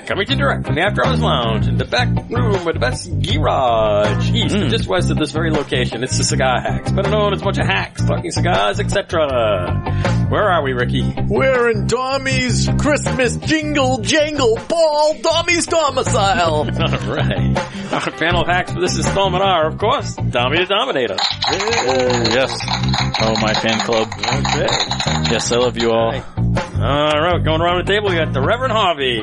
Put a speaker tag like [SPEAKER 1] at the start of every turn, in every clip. [SPEAKER 1] direct from the After Hours Lounge in the back room of the best garage east, and just west of this very location. It's the Cigar Hacks, better known as a bunch of hacks, talking cigars, etc. Where are we, Ricky?
[SPEAKER 2] We're in Dommy's Christmas jingle jangle ball, Dommy's domicile.
[SPEAKER 1] All right. Our panel of hacks for this installment are, of course, Dommy the Dominator.
[SPEAKER 3] yes. Oh, my fan club.
[SPEAKER 1] Okay.
[SPEAKER 3] Yes, I love you
[SPEAKER 1] All
[SPEAKER 3] all.
[SPEAKER 1] right, going around the table, we got the Reverend Harvey.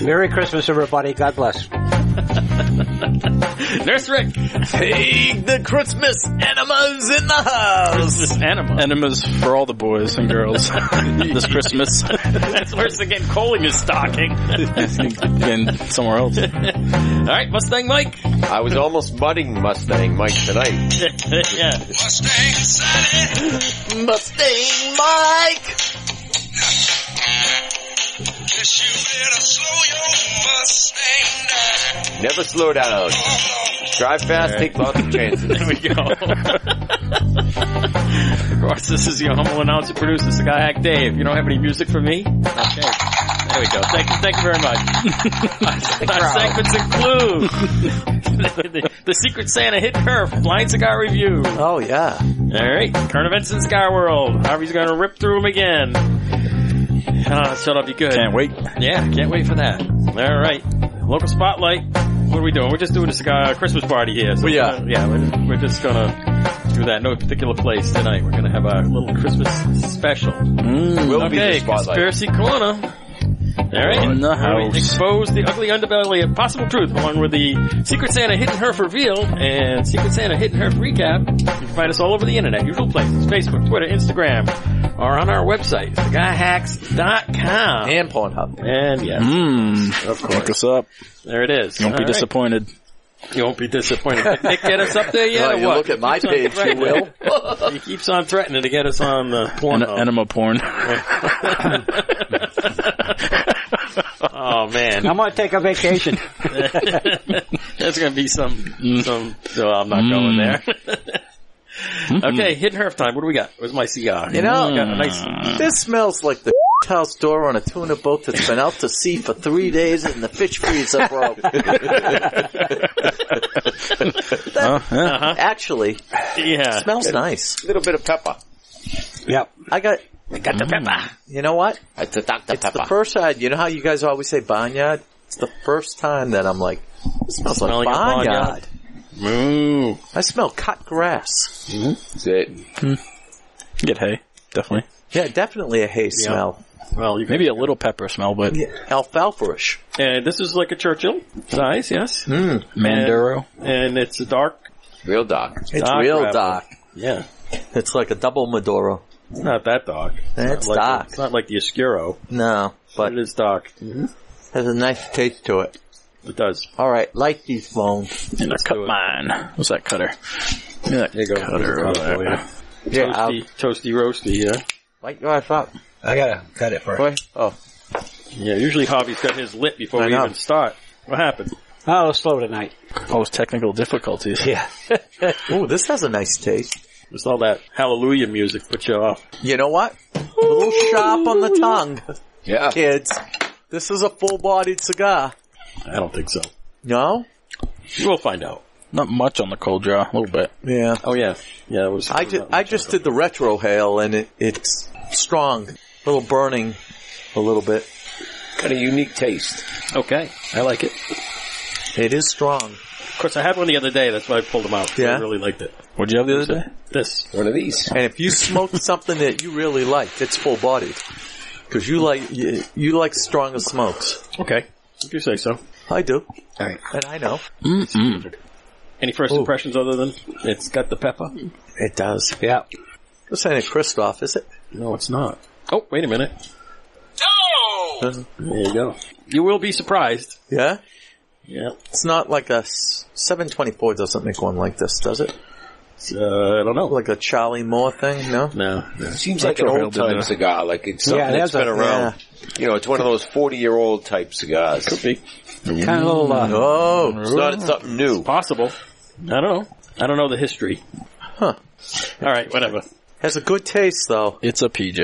[SPEAKER 4] Merry Christmas, everybody. God bless.
[SPEAKER 1] Nurse Rick.
[SPEAKER 2] Take the Christmas enemas in the house.
[SPEAKER 1] Anima.
[SPEAKER 3] Enemas for all the boys and girls this Christmas
[SPEAKER 1] That's worse than getting coal in your stocking.
[SPEAKER 3] and somewhere else.
[SPEAKER 1] All right, Mustang Mike.
[SPEAKER 5] I was almost budding Mustang Mike tonight.
[SPEAKER 1] yeah.
[SPEAKER 2] Mustang Mike.
[SPEAKER 5] Never slow down. Drive fast, take lots of chances.
[SPEAKER 1] There we go. of course, this is your humble announcer, producer, Cigar Hack Dave. You don't have any music for me? Okay. There we go. Thank you, thank you very much. Our segments include the, the, the Secret Santa hit curve, blind cigar review.
[SPEAKER 2] Oh yeah.
[SPEAKER 1] All right, current events in Cigar World. Harvey's going to rip through them again. Ah, shut up, you good.
[SPEAKER 3] Can't wait.
[SPEAKER 1] Yeah, can't wait for that. All right, local spotlight. What are we doing? We're just doing a cigar Christmas party here. So
[SPEAKER 2] We
[SPEAKER 1] we're
[SPEAKER 2] are.
[SPEAKER 1] gonna- yeah, we're, we're just gonna do that. No particular place tonight. We're gonna have our little Christmas special.
[SPEAKER 5] We'll be the
[SPEAKER 1] okay,
[SPEAKER 5] spotlight.
[SPEAKER 1] conspiracy corner. All right,
[SPEAKER 3] In the
[SPEAKER 1] Where we
[SPEAKER 3] house.
[SPEAKER 1] Expose the ugly underbelly of possible truth, along with the Secret Santa Hidden Herf reveal and Secret Santa Hidden Herf recap. You can find us all over the internet, usual places: Facebook, Twitter, Instagram, or on our website, theguyhacks.com.
[SPEAKER 2] And Pornhub.
[SPEAKER 1] And yes,
[SPEAKER 3] Mmm.
[SPEAKER 5] Of
[SPEAKER 3] Look
[SPEAKER 5] course.
[SPEAKER 3] us up.
[SPEAKER 1] there it is.
[SPEAKER 3] Don't be
[SPEAKER 1] All right.
[SPEAKER 3] disappointed.
[SPEAKER 1] You won't be disappointed. Did Nick get us up there yet?
[SPEAKER 5] Oh,
[SPEAKER 2] Well,
[SPEAKER 1] or
[SPEAKER 2] you
[SPEAKER 1] what?
[SPEAKER 2] look at my page, you will.
[SPEAKER 1] He keeps on threatening to get us on the
[SPEAKER 3] En-
[SPEAKER 1] porn.
[SPEAKER 3] enema porn.
[SPEAKER 1] oh man,
[SPEAKER 4] I'm going to take a vacation.
[SPEAKER 1] That's going to be some,
[SPEAKER 3] Mm.
[SPEAKER 1] some, no, I'm not going there. okay, hidden herf time. What do we got? Where's my cigar?
[SPEAKER 2] You
[SPEAKER 3] Mm.
[SPEAKER 2] know,
[SPEAKER 1] got a nice,
[SPEAKER 2] This smells like the house door on a tuna boat that's been out to sea for three days and the fish freezer broke.
[SPEAKER 3] Oh, yeah.
[SPEAKER 2] Actually,
[SPEAKER 1] yeah.
[SPEAKER 2] smells nice.
[SPEAKER 5] little bit of pepper.
[SPEAKER 4] yep.
[SPEAKER 2] I got,
[SPEAKER 1] I got the pepper.
[SPEAKER 2] you know what?
[SPEAKER 5] It's a Dr.
[SPEAKER 2] It's
[SPEAKER 5] Pepper.
[SPEAKER 2] the first time. You know how you guys always say barnyard? It's the first time that I'm like, this smells like
[SPEAKER 1] Smelling a
[SPEAKER 2] barnyard.
[SPEAKER 1] barnyard.
[SPEAKER 3] Ooh.
[SPEAKER 2] I smell cut grass.
[SPEAKER 5] That's it.
[SPEAKER 3] Get hay. Definitely.
[SPEAKER 2] Yeah, definitely a hay smell.
[SPEAKER 1] Well, you can,
[SPEAKER 3] Maybe a little pepper smell, but
[SPEAKER 2] Alfalfa-ish.
[SPEAKER 1] and this is like a Churchill size, yes.
[SPEAKER 6] Mm.
[SPEAKER 3] Mandaro.
[SPEAKER 1] And it's a dark.
[SPEAKER 5] Real dark.
[SPEAKER 2] It's
[SPEAKER 1] Dark
[SPEAKER 2] real
[SPEAKER 1] rabbit.
[SPEAKER 2] dark.
[SPEAKER 1] Yeah.
[SPEAKER 2] It's like a double Maduro.
[SPEAKER 1] It's not that dark.
[SPEAKER 2] It's
[SPEAKER 1] Like,
[SPEAKER 2] dark.
[SPEAKER 1] It's not like the Oscuro,
[SPEAKER 2] No,
[SPEAKER 1] but
[SPEAKER 2] but
[SPEAKER 1] it is dark.
[SPEAKER 2] has a nice taste to it.
[SPEAKER 1] It does.
[SPEAKER 2] All right, light these phones.
[SPEAKER 3] And a
[SPEAKER 1] Let's do
[SPEAKER 3] cut
[SPEAKER 1] it.
[SPEAKER 3] mine. What's that cutter? Yeah, that
[SPEAKER 1] There you go.
[SPEAKER 3] cutter.
[SPEAKER 1] There's a cutter
[SPEAKER 3] over
[SPEAKER 1] for
[SPEAKER 3] there.
[SPEAKER 1] you.
[SPEAKER 2] Yeah, I'll
[SPEAKER 1] Toasty, toasty, roasty. Yeah.
[SPEAKER 2] light yours up.
[SPEAKER 6] I gotta cut it first.
[SPEAKER 2] Boy. Oh,
[SPEAKER 1] Yeah. Usually, Hobby's got his lit before
[SPEAKER 2] I
[SPEAKER 1] we
[SPEAKER 2] know.
[SPEAKER 1] even start. What happened?
[SPEAKER 4] Oh, it's slow tonight.
[SPEAKER 3] All those Oh, technical difficulties.
[SPEAKER 2] yeah. Ooh, this has a nice taste.
[SPEAKER 1] Just all that hallelujah music put you off.
[SPEAKER 2] You know what? A little sharp on the tongue,
[SPEAKER 5] Yeah.
[SPEAKER 2] kids. This is a full-bodied cigar.
[SPEAKER 1] I don't think so.
[SPEAKER 2] No?
[SPEAKER 1] We'll find out.
[SPEAKER 3] Not much on the cold draw. A little bit.
[SPEAKER 2] Yeah.
[SPEAKER 1] Oh yeah, yeah. It was.
[SPEAKER 2] I, ju- I just did the retro hail and it, it's strong. A little burning a little bit.
[SPEAKER 5] Got a unique taste.
[SPEAKER 1] okay. I like it.
[SPEAKER 2] It is strong.
[SPEAKER 1] Of course, I had one the other day. That's why I pulled them out.
[SPEAKER 2] Yeah?
[SPEAKER 1] I really liked it.
[SPEAKER 3] What'd you have the other day?
[SPEAKER 1] This.
[SPEAKER 5] One of these.
[SPEAKER 2] And if you smoke something that you really like, it's full bodied. Cause you like, you, you like stronger smokes.
[SPEAKER 1] Okay. If you say so.
[SPEAKER 2] I do.
[SPEAKER 5] Alright.
[SPEAKER 2] And I know.
[SPEAKER 1] Any first impressions other than it's got the pepper?
[SPEAKER 2] It does.
[SPEAKER 6] Yeah.
[SPEAKER 2] This ain't a Christoph, is it?
[SPEAKER 1] No, it's not. Oh, wait a minute.
[SPEAKER 2] Uh,
[SPEAKER 1] There you go. You will be surprised.
[SPEAKER 2] yeah?
[SPEAKER 1] Yeah.
[SPEAKER 2] It's not like a s- 724 doesn't make one like this, does it?
[SPEAKER 1] Uh, I don't know.
[SPEAKER 2] Like a Charlie Moore thing, no?
[SPEAKER 1] No. no.
[SPEAKER 5] Seems like an
[SPEAKER 3] Retro
[SPEAKER 5] old
[SPEAKER 3] Hill did
[SPEAKER 5] time
[SPEAKER 3] that.
[SPEAKER 5] cigar. Like it's something
[SPEAKER 6] Yeah, it
[SPEAKER 5] that's
[SPEAKER 6] has a-
[SPEAKER 5] been around. You know, it's one of those 40 year old type cigars.
[SPEAKER 1] Could be.
[SPEAKER 6] Kind of a little, uh,
[SPEAKER 2] Oh,
[SPEAKER 5] It's not something new.
[SPEAKER 1] Possible. I don't know. I don't know the history.
[SPEAKER 2] Huh.
[SPEAKER 1] All right, whatever.
[SPEAKER 2] Has a good taste though.
[SPEAKER 3] It's a PJ.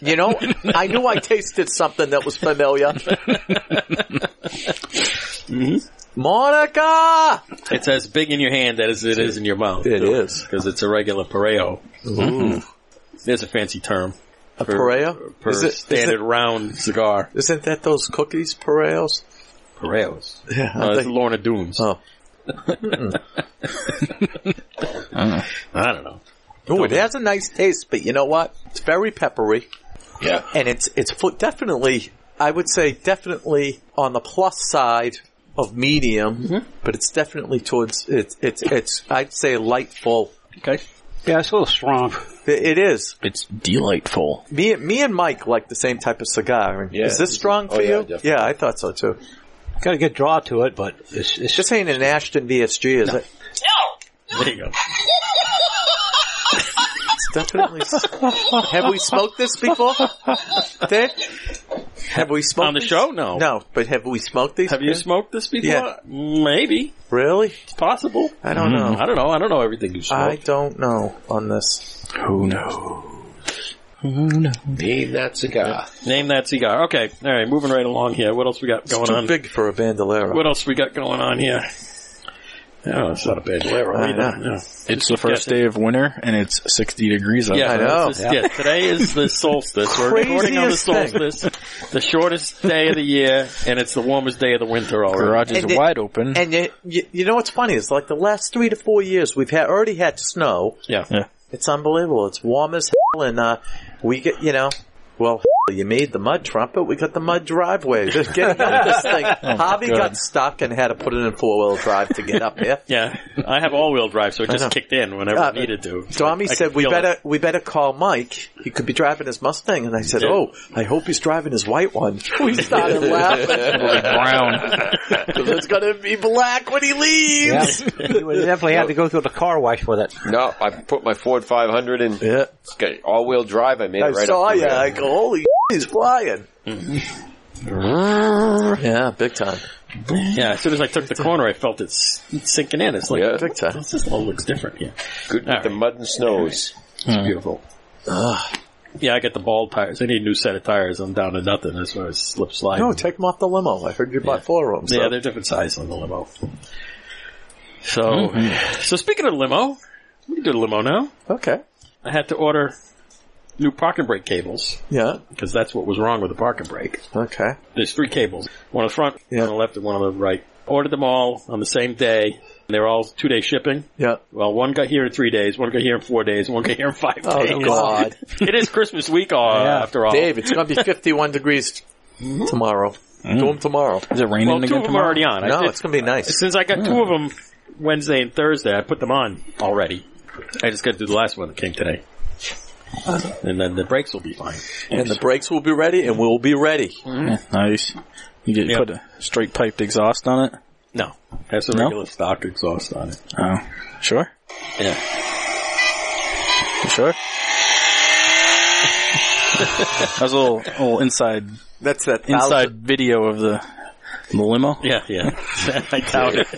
[SPEAKER 2] You know, I knew I tasted something that was familiar. Mm-hmm. Monica!
[SPEAKER 1] It's as big in your hand as it is in your mouth.
[SPEAKER 2] It is. Mm-hmm.
[SPEAKER 1] because it's a regular pareo. Mm-hmm.
[SPEAKER 2] Ooh.
[SPEAKER 1] There's a fancy term
[SPEAKER 2] A Pareo?
[SPEAKER 1] for
[SPEAKER 2] Is it- is
[SPEAKER 1] standard
[SPEAKER 2] it-
[SPEAKER 1] round cigar.
[SPEAKER 2] Isn't that those cookies, Pareos?
[SPEAKER 1] Pareos.
[SPEAKER 2] Yeah. I
[SPEAKER 1] Uh, it's
[SPEAKER 2] think-
[SPEAKER 1] Lorna Dooms.
[SPEAKER 2] oh.
[SPEAKER 1] Hmm. I don't know.
[SPEAKER 2] Ooh, it has a nice taste, but you know what? It's very peppery.
[SPEAKER 5] Yeah.
[SPEAKER 2] and it's it's fu- definitely I would say definitely on the plus side of medium,
[SPEAKER 1] Mm-hmm.
[SPEAKER 2] but it's definitely towards it's it's it's I'd say light full.
[SPEAKER 3] Okay.
[SPEAKER 4] Yeah, it's a little strong.
[SPEAKER 2] It, it is.
[SPEAKER 3] It's delightful.
[SPEAKER 2] Me me and Mike like the same type of cigar.
[SPEAKER 5] Yeah.
[SPEAKER 2] is this strong
[SPEAKER 5] Oh,
[SPEAKER 2] for
[SPEAKER 5] yeah,
[SPEAKER 2] you?
[SPEAKER 5] definitely.
[SPEAKER 2] Yeah, I thought so too.
[SPEAKER 4] Got a good draw to it, but it's, it's just
[SPEAKER 2] This ain't an Ashton VSG, is it?
[SPEAKER 1] There you go.
[SPEAKER 2] It's definitely. s- have we smoked this before? Dave? Have we smoked
[SPEAKER 1] On the
[SPEAKER 2] these?
[SPEAKER 1] show? No.
[SPEAKER 2] No, but have we smoked these?
[SPEAKER 1] Have you smoked this before?
[SPEAKER 2] Yeah.
[SPEAKER 1] Maybe.
[SPEAKER 2] really?
[SPEAKER 1] It's possible.
[SPEAKER 2] I don't
[SPEAKER 4] Mm-hmm.
[SPEAKER 2] know.
[SPEAKER 1] I don't know. I don't know everything you
[SPEAKER 2] Uh-huh. I
[SPEAKER 1] smoked.
[SPEAKER 2] don't know on this.
[SPEAKER 3] Who knows?
[SPEAKER 5] Name that cigar.
[SPEAKER 1] Name that cigar. Okay. All right. Moving right along here. What else we got going
[SPEAKER 2] Too
[SPEAKER 1] on?
[SPEAKER 2] big for a bandolero.
[SPEAKER 1] What else we got going on here? Oh, it's not a bad lever.
[SPEAKER 2] I
[SPEAKER 1] either.
[SPEAKER 2] know.
[SPEAKER 1] Yeah.
[SPEAKER 3] It's the first day of winter and it's 60 degrees out.
[SPEAKER 1] Yeah,
[SPEAKER 2] I know.
[SPEAKER 1] this is- yeah, today is the solstice. We're recording on the
[SPEAKER 2] Craziest thing.
[SPEAKER 1] solstice, the shortest day of the year, and it's the warmest day of the winter
[SPEAKER 3] The
[SPEAKER 1] already.
[SPEAKER 3] garage is
[SPEAKER 2] And it-
[SPEAKER 3] wide open.
[SPEAKER 2] And you, you, you know what's funny is like the last three to four years we've had already had snow.
[SPEAKER 1] Yeah.
[SPEAKER 3] Yeah.
[SPEAKER 2] It's unbelievable. It's warm as hell, and uh, we get you know, well, you made the mud trumpet. We got the mud driveway. Just getting up this thing.
[SPEAKER 1] Oh
[SPEAKER 2] Javi
[SPEAKER 3] God.
[SPEAKER 2] got stuck and had to put it in four wheel drive to get up here.
[SPEAKER 1] Yeah, I have all-wheel drive, so it
[SPEAKER 2] know.
[SPEAKER 1] just kicked in whenever
[SPEAKER 2] Uh,
[SPEAKER 1] it needed to.
[SPEAKER 2] So Ami
[SPEAKER 1] I could
[SPEAKER 2] said we
[SPEAKER 1] feel it.
[SPEAKER 2] better we better call Mike. He could be driving his Mustang, and I said,
[SPEAKER 1] Yeah.
[SPEAKER 2] "Oh, I hope he's driving his white one." We started laughing.
[SPEAKER 3] Brown.
[SPEAKER 2] it's gonna be black when he leaves.
[SPEAKER 4] yeah. you would definitely have to go through the car wash with it.
[SPEAKER 5] No, I put my Ford 500 in
[SPEAKER 2] Yeah.
[SPEAKER 5] all wheel drive. I made
[SPEAKER 2] I
[SPEAKER 5] it right
[SPEAKER 2] saw
[SPEAKER 5] up. the
[SPEAKER 2] you.
[SPEAKER 5] road.
[SPEAKER 2] Oh, I go, holy, he's flying. yeah, big time.
[SPEAKER 1] Yeah, as soon as I took the corner, I felt it s- sinking in. It's like
[SPEAKER 5] Yeah.
[SPEAKER 2] Big time.
[SPEAKER 1] this just all looks different. Yeah,
[SPEAKER 5] Good with
[SPEAKER 1] All
[SPEAKER 5] the
[SPEAKER 1] right.
[SPEAKER 5] mud and snows.
[SPEAKER 1] beautiful. Yeah, I got the bald tires. I need a new set of tires. I'm down to nothing as far as slip slide.
[SPEAKER 2] No, take him off the limo. I heard you bought four of them.
[SPEAKER 1] Yeah, they're different size on the limo. So,
[SPEAKER 3] Mm-hmm.
[SPEAKER 1] so speaking of limo, we can do the limo now.
[SPEAKER 2] Okay.
[SPEAKER 1] I had to order new parking brake cables
[SPEAKER 2] Yeah.
[SPEAKER 1] because that's what was wrong with the parking brake.
[SPEAKER 2] Okay.
[SPEAKER 1] There's three cables, one on the front,
[SPEAKER 2] Yeah.
[SPEAKER 1] one on the left, and one on the right. Ordered them all on the same day. They were all two day shipping.
[SPEAKER 2] Yeah.
[SPEAKER 1] Well, one got here in three days, one got here in four days, one got here in five
[SPEAKER 2] Oh,
[SPEAKER 1] days.
[SPEAKER 2] God.
[SPEAKER 1] it is Christmas week, uh, after all.
[SPEAKER 2] Dave, it's going to be 51 degrees tomorrow. Do them tomorrow.
[SPEAKER 3] Is it raining
[SPEAKER 1] well, two
[SPEAKER 3] again
[SPEAKER 1] of them are
[SPEAKER 3] tomorrow?
[SPEAKER 1] already on. I
[SPEAKER 2] No,
[SPEAKER 1] did-
[SPEAKER 2] it's Hmm. going to be nice.
[SPEAKER 1] Since I got two of them Wednesday and Thursday, I put them on already. I just got to do the last one that came today.
[SPEAKER 2] Uh,
[SPEAKER 1] And then the brakes will be fine.
[SPEAKER 2] And the brakes will be ready, and we'll be ready.
[SPEAKER 3] Yeah, nice. You get
[SPEAKER 1] Yeah.
[SPEAKER 3] put a straight piped exhaust on it.
[SPEAKER 1] No. That's a
[SPEAKER 3] No?
[SPEAKER 1] regular stock exhaust on it.
[SPEAKER 3] Oh, sure.
[SPEAKER 1] Yeah.
[SPEAKER 3] You sure. that was a little, little inside
[SPEAKER 2] That's that
[SPEAKER 3] inside video of the the limo
[SPEAKER 1] Yeah, yeah. I doubt it.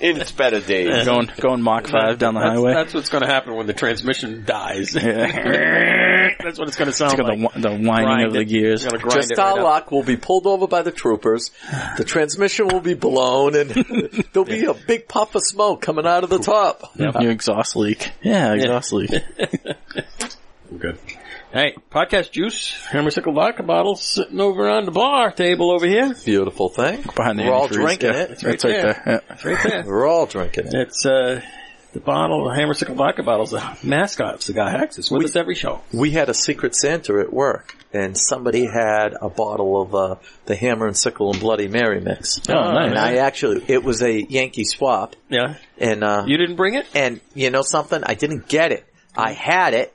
[SPEAKER 5] It's better days.
[SPEAKER 3] going going Mach five down the
[SPEAKER 1] That's,
[SPEAKER 3] highway.
[SPEAKER 1] that's what's going to happen when the transmission dies.
[SPEAKER 3] Yeah,
[SPEAKER 1] that's what it's going to sound
[SPEAKER 3] It's got
[SPEAKER 1] like.
[SPEAKER 3] the, whi- the whining of
[SPEAKER 1] Grind
[SPEAKER 3] the
[SPEAKER 1] it.
[SPEAKER 3] gears.
[SPEAKER 1] It's gonna grind
[SPEAKER 2] Just
[SPEAKER 1] it right
[SPEAKER 2] our
[SPEAKER 1] up.
[SPEAKER 2] luck, we'll be pulled over by the troopers. The transmission will be blown, and there'll be a big puff of smoke coming out of the top.
[SPEAKER 3] New exhaust leak. Yeah, exhaust leak.
[SPEAKER 1] Good. Hey, podcast juice, hammersickle vodka bottle sitting over on the bar table over here.
[SPEAKER 2] Beautiful thing.
[SPEAKER 3] Behind the
[SPEAKER 2] We're all
[SPEAKER 3] antifreeze.
[SPEAKER 2] drinking
[SPEAKER 3] Yeah,
[SPEAKER 2] it.
[SPEAKER 3] It's right, there. Yeah.
[SPEAKER 1] Right there.
[SPEAKER 2] We're all drinking it.
[SPEAKER 1] It's uh, the bottle, the Hammersickle Vodka bottle's the mascot of Cigar Hacks. It's with us every show.
[SPEAKER 2] We had a secret Santa at work, and somebody had a bottle of uh, the Hammer and Sickle and Bloody Mary mix.
[SPEAKER 1] Oh, nice.
[SPEAKER 2] And I actually, it was a Yankee swap,
[SPEAKER 1] Yeah.
[SPEAKER 2] and uh,
[SPEAKER 1] You didn't bring it?
[SPEAKER 2] and you know something? I didn't get it. I had it,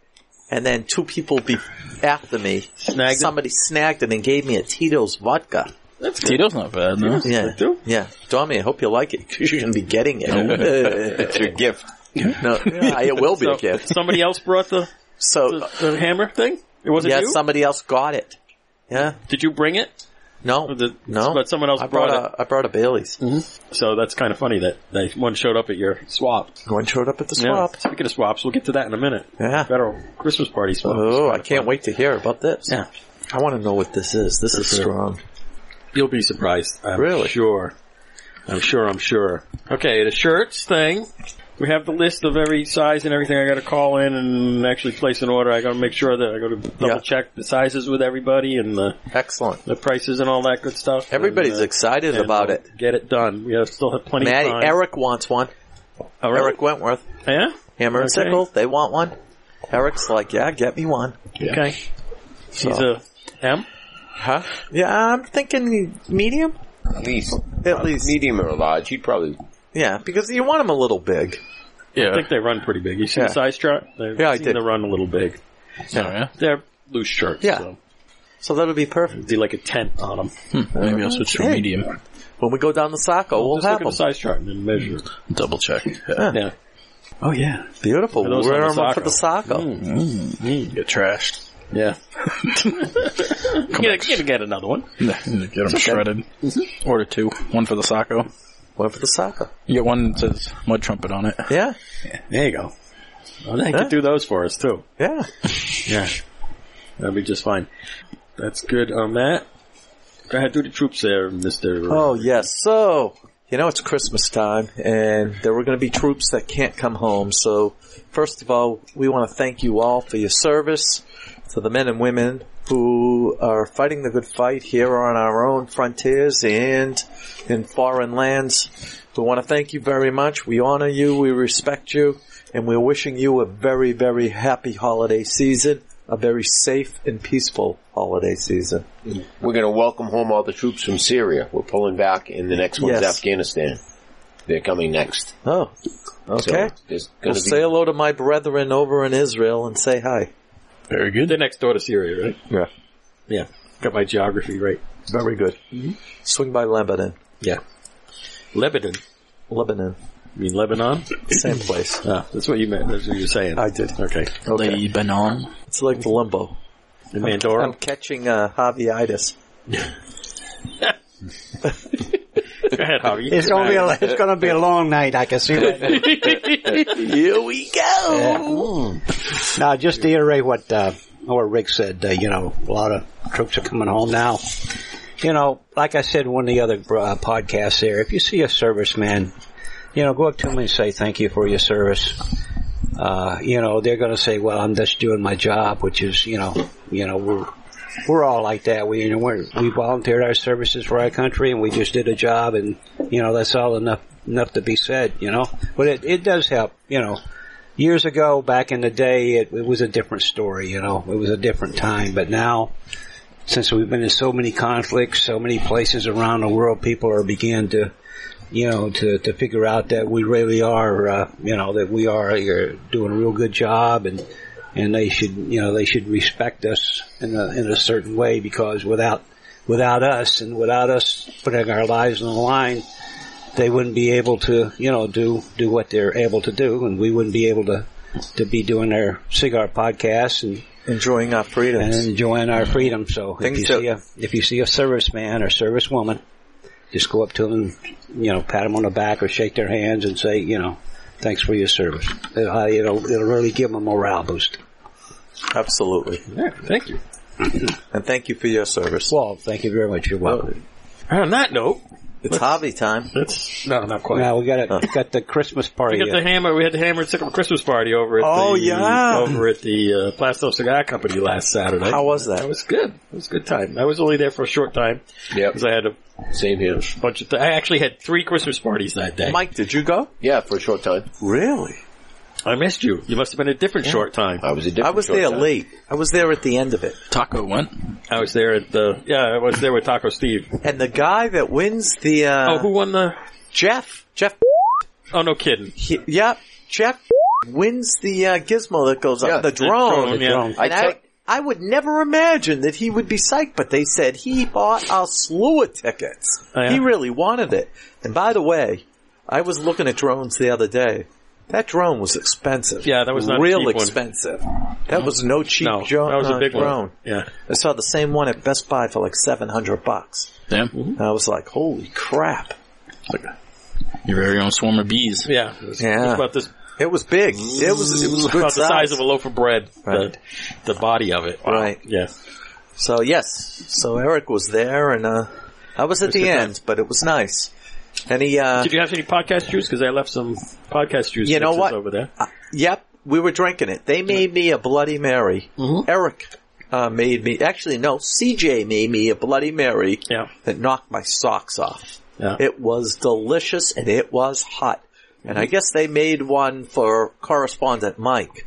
[SPEAKER 2] and then two people be after me.
[SPEAKER 1] Snagged it?
[SPEAKER 2] Somebody snagged it and gave me a Tito's vodka.
[SPEAKER 1] That's
[SPEAKER 3] Tito's not bad. No?
[SPEAKER 2] Yeah,
[SPEAKER 1] They do?
[SPEAKER 2] yeah, Tommy. I hope you like it. 'cause You're gonna be getting it.
[SPEAKER 5] It's your gift.
[SPEAKER 2] no, yeah, it will be
[SPEAKER 1] So,
[SPEAKER 2] a gift.
[SPEAKER 1] somebody else brought the,
[SPEAKER 2] So,
[SPEAKER 1] the, the hammer thing? It wasn't
[SPEAKER 2] yeah,
[SPEAKER 1] you?
[SPEAKER 2] somebody else got it. Yeah,
[SPEAKER 1] Did you bring it?
[SPEAKER 2] No,
[SPEAKER 1] Or Oh, the-
[SPEAKER 2] no.
[SPEAKER 1] but someone else
[SPEAKER 2] I brought,
[SPEAKER 1] brought
[SPEAKER 2] a I brought a Bailey's.
[SPEAKER 1] So that's kind of funny that they, one showed up at your swap.
[SPEAKER 2] One showed up at the
[SPEAKER 1] Yeah.
[SPEAKER 2] swap.
[SPEAKER 1] Speaking of swaps, we'll get to that in a minute.
[SPEAKER 2] Yeah.
[SPEAKER 1] Federal Christmas party swap.
[SPEAKER 2] Ah. Oh, I can't wait to hear about this.
[SPEAKER 1] Yeah.
[SPEAKER 2] I want to know what this is. This is strong.
[SPEAKER 1] You'll be surprised. I'm
[SPEAKER 2] Really?
[SPEAKER 1] Sure. I'm sure, I'm sure. Okay, the shirts thing. We have the list of every size and everything. I gotta call in and actually place an order. I gotta make sure that I gotta double
[SPEAKER 2] Yeah.
[SPEAKER 1] check the sizes with everybody and the,
[SPEAKER 2] Excellent.
[SPEAKER 1] the prices and all that good stuff.
[SPEAKER 2] Everybody's
[SPEAKER 1] And, uh,
[SPEAKER 2] excited
[SPEAKER 1] and
[SPEAKER 2] about
[SPEAKER 1] we'll
[SPEAKER 2] it.
[SPEAKER 1] Get it done. We have still have plenty
[SPEAKER 2] Maddie,
[SPEAKER 1] of time.
[SPEAKER 2] Eric wants one.
[SPEAKER 1] Oh, really?
[SPEAKER 2] Eric Wentworth,
[SPEAKER 1] Yeah?
[SPEAKER 2] Hammer and
[SPEAKER 1] Okay.
[SPEAKER 2] Sickle, they want one. Eric's like, yeah, get me one.
[SPEAKER 1] Okay. He's a M?
[SPEAKER 2] Huh? Yeah, I'm thinking medium.
[SPEAKER 5] At least.
[SPEAKER 2] At least.
[SPEAKER 5] Medium or large. He'd probably.
[SPEAKER 2] Yeah, because you want them a little big.
[SPEAKER 1] I think they run pretty big. You see
[SPEAKER 2] Yeah.
[SPEAKER 1] the size chart? They've
[SPEAKER 2] Yeah, I
[SPEAKER 1] seen
[SPEAKER 2] did.
[SPEAKER 1] the run a little big.
[SPEAKER 3] Oh, yeah?
[SPEAKER 1] They're loose shirts.
[SPEAKER 2] Yeah.
[SPEAKER 1] So.
[SPEAKER 2] So that'll be perfect.
[SPEAKER 1] Do like a tent on them.
[SPEAKER 3] Maybe I'll switch to a medium.
[SPEAKER 2] When we go down the Saco, we'll
[SPEAKER 1] Just look
[SPEAKER 2] have
[SPEAKER 1] at the
[SPEAKER 2] them.
[SPEAKER 1] size chart and then measure. it.
[SPEAKER 3] Double check.
[SPEAKER 2] Yeah.
[SPEAKER 1] Yeah.
[SPEAKER 3] Oh, yeah.
[SPEAKER 2] Beautiful.
[SPEAKER 1] those
[SPEAKER 2] We'll wear
[SPEAKER 1] on the Mm.
[SPEAKER 2] them up for
[SPEAKER 1] Saco.
[SPEAKER 2] the Saco.
[SPEAKER 3] Get trashed.
[SPEAKER 1] Hmm. Yeah. get, get, get another one.
[SPEAKER 3] Get them shredded.
[SPEAKER 2] Mm-hmm.
[SPEAKER 3] Order two. One for the Saco.
[SPEAKER 2] One for the Saco.
[SPEAKER 3] You get one that says Mud Trumpet on it.
[SPEAKER 2] Yeah.
[SPEAKER 1] There you go. Well, Oh, they could do those for us too.
[SPEAKER 2] Yeah.
[SPEAKER 1] Yeah. That'd be just fine. That's good on that. Go ahead, do the troops there, Mr.
[SPEAKER 2] Oh yes. So you know it's Christmas time, and there were going to be troops that can't come home. So first of all, we want to thank you all for your service to the men and women who are fighting the good fight here on our own frontiers and in foreign lands. We want to thank you very much. We honor you. We respect you. And we're wishing you a very, very happy holiday season, a very safe and peaceful holiday season.
[SPEAKER 5] We're going to welcome home all the troops from Syria. We're pulling back, and the next one's
[SPEAKER 2] Yes.
[SPEAKER 5] Afghanistan. They're coming next.
[SPEAKER 2] Oh, okay.
[SPEAKER 5] So there's
[SPEAKER 2] We'll
[SPEAKER 5] gonna be-
[SPEAKER 2] say hello to my brethren over in Israel and say hi.
[SPEAKER 3] Very good.
[SPEAKER 1] They're next door to Syria, right?
[SPEAKER 2] Yeah.
[SPEAKER 1] Yeah. Got my geography right.
[SPEAKER 2] Very good. Swing by Lebanon.
[SPEAKER 1] Yeah. Lebanon.
[SPEAKER 2] Lebanon.
[SPEAKER 1] You mean Lebanon?
[SPEAKER 2] Same place.
[SPEAKER 1] Ah, that's what you meant. That's what you were saying.
[SPEAKER 2] I did.
[SPEAKER 1] Okay.
[SPEAKER 2] Okay.
[SPEAKER 3] Lebanon.
[SPEAKER 2] It's like the limbo.
[SPEAKER 1] The Mandora.
[SPEAKER 2] I'm catching uh, Javyitis.
[SPEAKER 1] Go ahead, Howdy.
[SPEAKER 4] It's gonna be a, it's gonna be a long night. I can see that.
[SPEAKER 2] Here we go!
[SPEAKER 4] now, just to reiterate what uh, or Rick said, uh, you know, a lot of troops are coming home now. You know, like I said in one of the other uh, podcasts, there, if you see a serviceman, you know, go up to him and say thank you for your service. Uh, you know, they're going to say, "Well, I'm just doing my job," which is, you know, you know, we're we're all like that. We you know, we're, we volunteered our services for our country, and we just did a job, and you know, that's all enough enough to be said. You know, but it it does help. You know, years ago, back in the day, it, it was a different story. You know, it was a different time, but now. Since we've been in so many conflicts, so many places around the world, people are beginning to you know, to, to figure out that we really are, uh, you know, that we are uh, doing a real good job and, and they should, you know, they should respect us in a, in a certain way because without, without us and without us putting our lives on the line, they wouldn't be able to, you know, do, do what they're able to do and we wouldn't be able to, to be doing our cigar podcasts and,
[SPEAKER 2] Enjoying our
[SPEAKER 4] and
[SPEAKER 2] freedoms.
[SPEAKER 4] enjoying our freedom. So if
[SPEAKER 2] Things
[SPEAKER 4] you
[SPEAKER 2] that-
[SPEAKER 4] see a if you see a serviceman or servicewoman, just go up to them, and, you know, pat them on the back or shake their hands and say, you know, thanks for your service. It'll it'll, it'll really give them a morale boost.
[SPEAKER 2] Absolutely.
[SPEAKER 1] Yeah, thank you.
[SPEAKER 2] And thank you for your service.
[SPEAKER 4] Well, thank you very much. You're welcome.
[SPEAKER 1] On that note,
[SPEAKER 2] It's Javi time.
[SPEAKER 1] that's no, not quite.
[SPEAKER 4] Now we got a, got the Christmas party.
[SPEAKER 1] We got the hammer. We had the hammer and sickle Christmas party over at
[SPEAKER 2] Oh,
[SPEAKER 1] the,
[SPEAKER 2] yeah.
[SPEAKER 1] over at the uh, Plasto Cigar Company last Saturday.
[SPEAKER 2] How was that?
[SPEAKER 1] That was good. It was a good time. I was only there for a short time
[SPEAKER 5] Yep.
[SPEAKER 1] because I had a
[SPEAKER 5] Same here.
[SPEAKER 1] bunch of. Th- I actually had three Christmas parties that day.
[SPEAKER 2] Mike, did you go?
[SPEAKER 5] Yeah, for a short time.
[SPEAKER 2] Really?
[SPEAKER 1] I missed you. You must have been a different short time.
[SPEAKER 5] I was a
[SPEAKER 2] I
[SPEAKER 5] different
[SPEAKER 2] was
[SPEAKER 5] short
[SPEAKER 2] there
[SPEAKER 5] time.
[SPEAKER 2] late. I was there at the end of it.
[SPEAKER 3] Taco went.
[SPEAKER 1] I was there at the. Yeah, I was there with Taco Steve.
[SPEAKER 2] And the guy that wins the, uh,
[SPEAKER 1] oh, who won the?
[SPEAKER 2] Jeff. Jeff.
[SPEAKER 1] Oh, no kidding.
[SPEAKER 2] He, yeah, Jeff wins the uh, gizmo that goes
[SPEAKER 5] Yeah,
[SPEAKER 2] up the
[SPEAKER 5] the
[SPEAKER 2] drone.
[SPEAKER 1] drone, yeah.
[SPEAKER 2] And I,
[SPEAKER 5] I took-
[SPEAKER 2] I would never imagine that he would be psyched, but they said he bought a slew of tickets.
[SPEAKER 1] Oh, yeah?
[SPEAKER 2] He really wanted it. And by the way, I was looking at drones the other day. That drone was expensive.
[SPEAKER 1] Yeah, that was not a
[SPEAKER 2] real
[SPEAKER 1] cheap one.
[SPEAKER 2] expensive. That was no cheap
[SPEAKER 3] No,
[SPEAKER 2] dro-
[SPEAKER 3] that was a
[SPEAKER 2] uh,
[SPEAKER 3] big one.
[SPEAKER 2] drone.
[SPEAKER 3] Yeah.
[SPEAKER 2] I saw the same one at Best Buy for like seven hundred bucks.
[SPEAKER 3] Yeah.
[SPEAKER 2] And I was like, holy crap!
[SPEAKER 3] Your very own swarm of bees.
[SPEAKER 1] Yeah. It was,
[SPEAKER 2] Yeah.
[SPEAKER 1] it was about this,
[SPEAKER 2] It was big. It was it was good
[SPEAKER 1] about the size
[SPEAKER 2] size
[SPEAKER 1] of a loaf of bread.
[SPEAKER 2] Right.
[SPEAKER 1] The, the body of it.
[SPEAKER 2] Right.
[SPEAKER 1] Yes.
[SPEAKER 2] So yes, so Eric was there, and uh, I was at the
[SPEAKER 1] good
[SPEAKER 2] end, but it was nice. And he, uh,
[SPEAKER 1] Did you have any podcast juice? Because I left some podcast juice.
[SPEAKER 2] You know
[SPEAKER 1] mixes
[SPEAKER 2] what?
[SPEAKER 1] Over there.
[SPEAKER 2] uh, yep, we were drinking it. They made me a Bloody Mary.
[SPEAKER 1] Mm-hmm.
[SPEAKER 2] Eric uh, made me. Actually, no, CJ made me a Bloody Mary.
[SPEAKER 1] Yeah.
[SPEAKER 2] that knocked my socks off.
[SPEAKER 1] Yeah.
[SPEAKER 2] It was delicious and it was hot. And
[SPEAKER 1] Mm-hmm.
[SPEAKER 2] I guess they made one for correspondent Mike.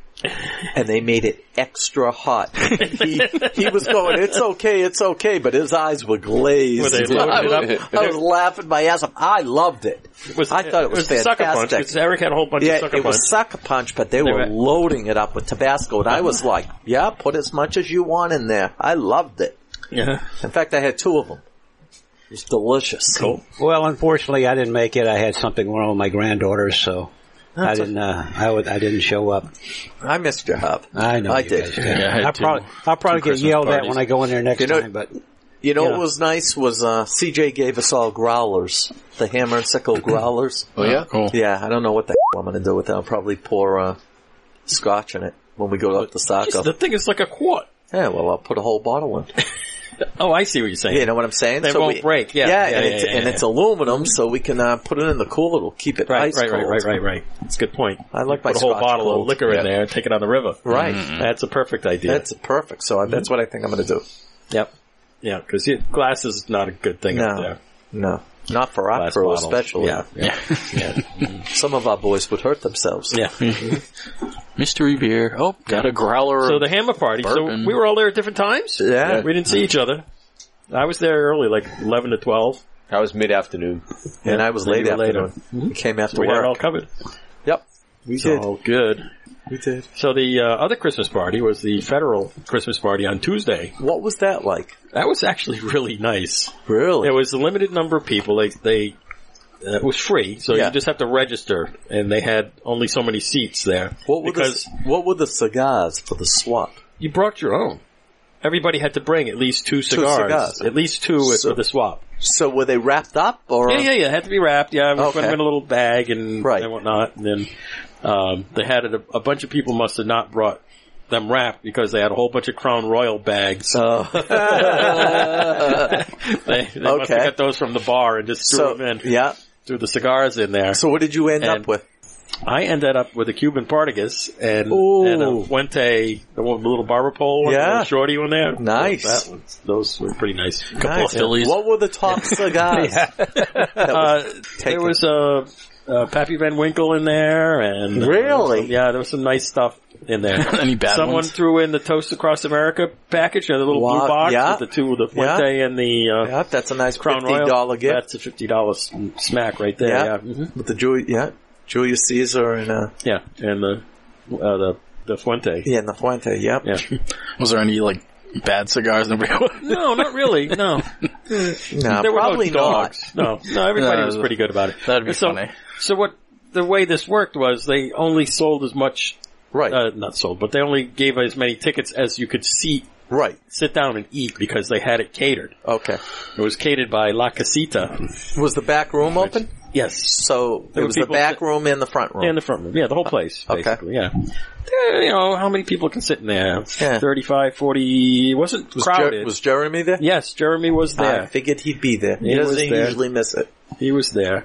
[SPEAKER 2] And they made it extra hot. He, he was going, it's okay, it's okay, but his eyes were glazed.
[SPEAKER 1] Were they
[SPEAKER 2] I,
[SPEAKER 1] loaded
[SPEAKER 2] was, I was laughing my ass off. I loved it. I thought it was,
[SPEAKER 1] the sucker punch.
[SPEAKER 2] fantastic.
[SPEAKER 1] Because Eric had a whole bunch
[SPEAKER 2] yeah,
[SPEAKER 1] of sucker
[SPEAKER 2] it
[SPEAKER 1] punch.
[SPEAKER 2] was sucker punch, but they, were
[SPEAKER 1] were-
[SPEAKER 2] loading it up with Tabasco, and I was like, "Yeah, put as much as you want in there." I loved it.
[SPEAKER 1] yeah.
[SPEAKER 2] In fact, I had two of them. It was delicious. Cool.
[SPEAKER 4] Well, unfortunately, I didn't make it. I had something wrong with my granddaughter, so I
[SPEAKER 2] That's
[SPEAKER 4] didn't. Uh, I would. I didn't show up.
[SPEAKER 2] I missed your hub.
[SPEAKER 4] I know.
[SPEAKER 2] I
[SPEAKER 4] you
[SPEAKER 2] did.
[SPEAKER 4] guys did.
[SPEAKER 3] Yeah, I had
[SPEAKER 4] I'll
[SPEAKER 3] two-
[SPEAKER 4] probably, I'll probably
[SPEAKER 3] two
[SPEAKER 4] get
[SPEAKER 3] Christmas
[SPEAKER 4] yelled at
[SPEAKER 3] parties.
[SPEAKER 4] when I go in there next
[SPEAKER 2] You know-
[SPEAKER 4] time. But
[SPEAKER 2] You know
[SPEAKER 4] Yeah.
[SPEAKER 2] what was nice was uh, CJ gave us all growlers, the hammer and sickle growlers.
[SPEAKER 5] Oh yeah.
[SPEAKER 3] Cool.
[SPEAKER 2] Yeah, I don't know what the I'm going to do with that. I'll probably pour uh, scotch in it when we go up the stock
[SPEAKER 1] Jeez,
[SPEAKER 2] up.
[SPEAKER 1] the thing is like a quart.
[SPEAKER 2] Yeah, well, I'll put a whole bottle in.
[SPEAKER 1] Oh, I see what you're saying.
[SPEAKER 2] You know what I'm saying?
[SPEAKER 1] They won't break, yeah.
[SPEAKER 2] yeah,
[SPEAKER 1] Yeah,
[SPEAKER 2] and,
[SPEAKER 1] yeah,
[SPEAKER 2] it's,
[SPEAKER 1] yeah,
[SPEAKER 2] and
[SPEAKER 1] yeah.
[SPEAKER 2] it's aluminum, so we can uh, put it in the cooler. It'll keep it
[SPEAKER 1] Right,
[SPEAKER 2] ice
[SPEAKER 1] right, right,
[SPEAKER 2] cold.
[SPEAKER 1] right, right, right. It's a good point.
[SPEAKER 2] I like my
[SPEAKER 1] Put a whole
[SPEAKER 2] scotch
[SPEAKER 1] bottle
[SPEAKER 2] cold.
[SPEAKER 1] of liquor Mm-hmm.
[SPEAKER 5] Yeah.
[SPEAKER 1] in there and take it on the river.
[SPEAKER 2] Right.
[SPEAKER 1] That's a perfect idea.
[SPEAKER 2] That's perfect. So I, that's what I think I'm going to do.
[SPEAKER 1] yep. Yeah, because glass is not a good thing up
[SPEAKER 2] No.
[SPEAKER 1] there.
[SPEAKER 2] No, not for
[SPEAKER 1] Glass
[SPEAKER 2] opera
[SPEAKER 1] bottles.
[SPEAKER 2] especially.
[SPEAKER 1] Yeah. Yeah. yeah.
[SPEAKER 2] Some of our boys would hurt themselves.
[SPEAKER 1] yeah.
[SPEAKER 3] Mystery beer. Oh, got a growler.
[SPEAKER 1] So the hammer party.
[SPEAKER 3] Bourbon.
[SPEAKER 1] So we were all there at different times.
[SPEAKER 2] Yeah.
[SPEAKER 1] We didn't see each other. I was there early, like eleven to twelve.
[SPEAKER 5] That was mid afternoon.
[SPEAKER 2] and I was
[SPEAKER 1] Yeah,
[SPEAKER 2] late
[SPEAKER 1] you were late
[SPEAKER 2] afternoon. We Came after
[SPEAKER 1] Mm-hmm. We had
[SPEAKER 2] work.
[SPEAKER 1] it all covered.
[SPEAKER 2] Yep, we
[SPEAKER 1] So good.
[SPEAKER 2] We did.
[SPEAKER 1] So the uh, other Christmas party was the federal Christmas party on Tuesday.
[SPEAKER 2] What was that like?
[SPEAKER 1] That was actually really nice.
[SPEAKER 2] Really?
[SPEAKER 1] There was a limited number of people. They they uh, it was free, so
[SPEAKER 2] Yeah.
[SPEAKER 1] you just have to register, and they had only so many seats there.
[SPEAKER 2] what were
[SPEAKER 1] because
[SPEAKER 2] the what were the cigars for the swap?
[SPEAKER 1] you brought your own. Everybody had to bring at least two cigars,
[SPEAKER 2] cigars.
[SPEAKER 1] at least two at-
[SPEAKER 2] So-
[SPEAKER 1] for the swap.
[SPEAKER 2] So were they wrapped up or?
[SPEAKER 1] Yeah, yeah, yeah. It had to be wrapped. Yeah, we
[SPEAKER 2] Okay.
[SPEAKER 1] put them in a little bag and
[SPEAKER 2] Right.
[SPEAKER 1] and whatnot. And then um, they had it. A, a bunch of people must have not brought them wrapped because they had a whole bunch of Crown Royal bags.
[SPEAKER 2] Oh.
[SPEAKER 1] they they must have
[SPEAKER 2] Okay.
[SPEAKER 1] got those from the bar and just threw
[SPEAKER 2] so
[SPEAKER 1] them in,
[SPEAKER 2] yeah.
[SPEAKER 1] threw the cigars in there.
[SPEAKER 2] So what did you end
[SPEAKER 1] And-
[SPEAKER 2] up with?
[SPEAKER 1] I ended up with a Cuban Partagas and,
[SPEAKER 2] Ooh.
[SPEAKER 1] and a Fuente, the one with the little barber pole, one, the
[SPEAKER 2] Yeah.
[SPEAKER 1] little shorty one there.
[SPEAKER 2] Nice.
[SPEAKER 1] That one, those were pretty nice.
[SPEAKER 2] Nice.
[SPEAKER 3] of Phillies.
[SPEAKER 2] What were the top cigars? That was-
[SPEAKER 1] Uh,
[SPEAKER 2] taken.
[SPEAKER 1] there was a uh, Pappy Van Winkle in there, and uh,
[SPEAKER 2] Really?
[SPEAKER 1] yeah, there was some nice stuff in there.
[SPEAKER 3] Any bad
[SPEAKER 1] Someone
[SPEAKER 3] ones?
[SPEAKER 1] threw in the Toast Across America package, you know, the little
[SPEAKER 2] Wow,
[SPEAKER 1] blue box
[SPEAKER 2] yeah.
[SPEAKER 1] with the two, the Fuente and the uh,
[SPEAKER 2] yeah, that's a nice
[SPEAKER 1] Crown
[SPEAKER 2] fifty
[SPEAKER 1] Royal.
[SPEAKER 2] dollar gift
[SPEAKER 1] That's a fifty dollars smack right there.
[SPEAKER 2] Yeah.
[SPEAKER 1] Yeah, Mhm.
[SPEAKER 2] with the Ju- yeah, Julius Caesar and uh,
[SPEAKER 1] yeah, and the uh, the the Fuente.
[SPEAKER 2] yeah, and the Fuente. Yep.
[SPEAKER 1] Yeah.
[SPEAKER 3] Was there any like bad cigars? Nobody.
[SPEAKER 1] No, not really. No,
[SPEAKER 2] No,
[SPEAKER 1] there were
[SPEAKER 2] probably Uh,
[SPEAKER 1] no dogs. No, no, everybody
[SPEAKER 3] No,
[SPEAKER 1] was pretty good about it.
[SPEAKER 3] That'd be
[SPEAKER 1] so,
[SPEAKER 3] funny.
[SPEAKER 1] So what? The way this worked was they only sold as much,
[SPEAKER 2] not. Right.
[SPEAKER 1] uh, not sold, but they only gave as many tickets as you could see,
[SPEAKER 2] right.
[SPEAKER 1] sit down and eat because they had it catered.
[SPEAKER 2] Okay.
[SPEAKER 1] It was catered by La Casita.
[SPEAKER 2] Was the back room open?
[SPEAKER 1] Yes.
[SPEAKER 2] So it
[SPEAKER 1] were
[SPEAKER 2] was the
[SPEAKER 1] people
[SPEAKER 2] back
[SPEAKER 1] that-
[SPEAKER 2] room and the front room.
[SPEAKER 1] In the front room. Yeah, the whole place,
[SPEAKER 2] Okay.
[SPEAKER 1] basically. Yeah. Eh, You know, how many people can sit in there?
[SPEAKER 2] Yeah.
[SPEAKER 1] Thirty-five, forty. 35, 40, it wasn't
[SPEAKER 2] was,
[SPEAKER 1] crowded.
[SPEAKER 2] Jer- was Jeremy there?
[SPEAKER 1] yes, Jeremy was there.
[SPEAKER 2] I figured he'd be there. He,
[SPEAKER 1] He was
[SPEAKER 2] doesn't
[SPEAKER 1] there.
[SPEAKER 2] usually miss it.
[SPEAKER 1] He was there.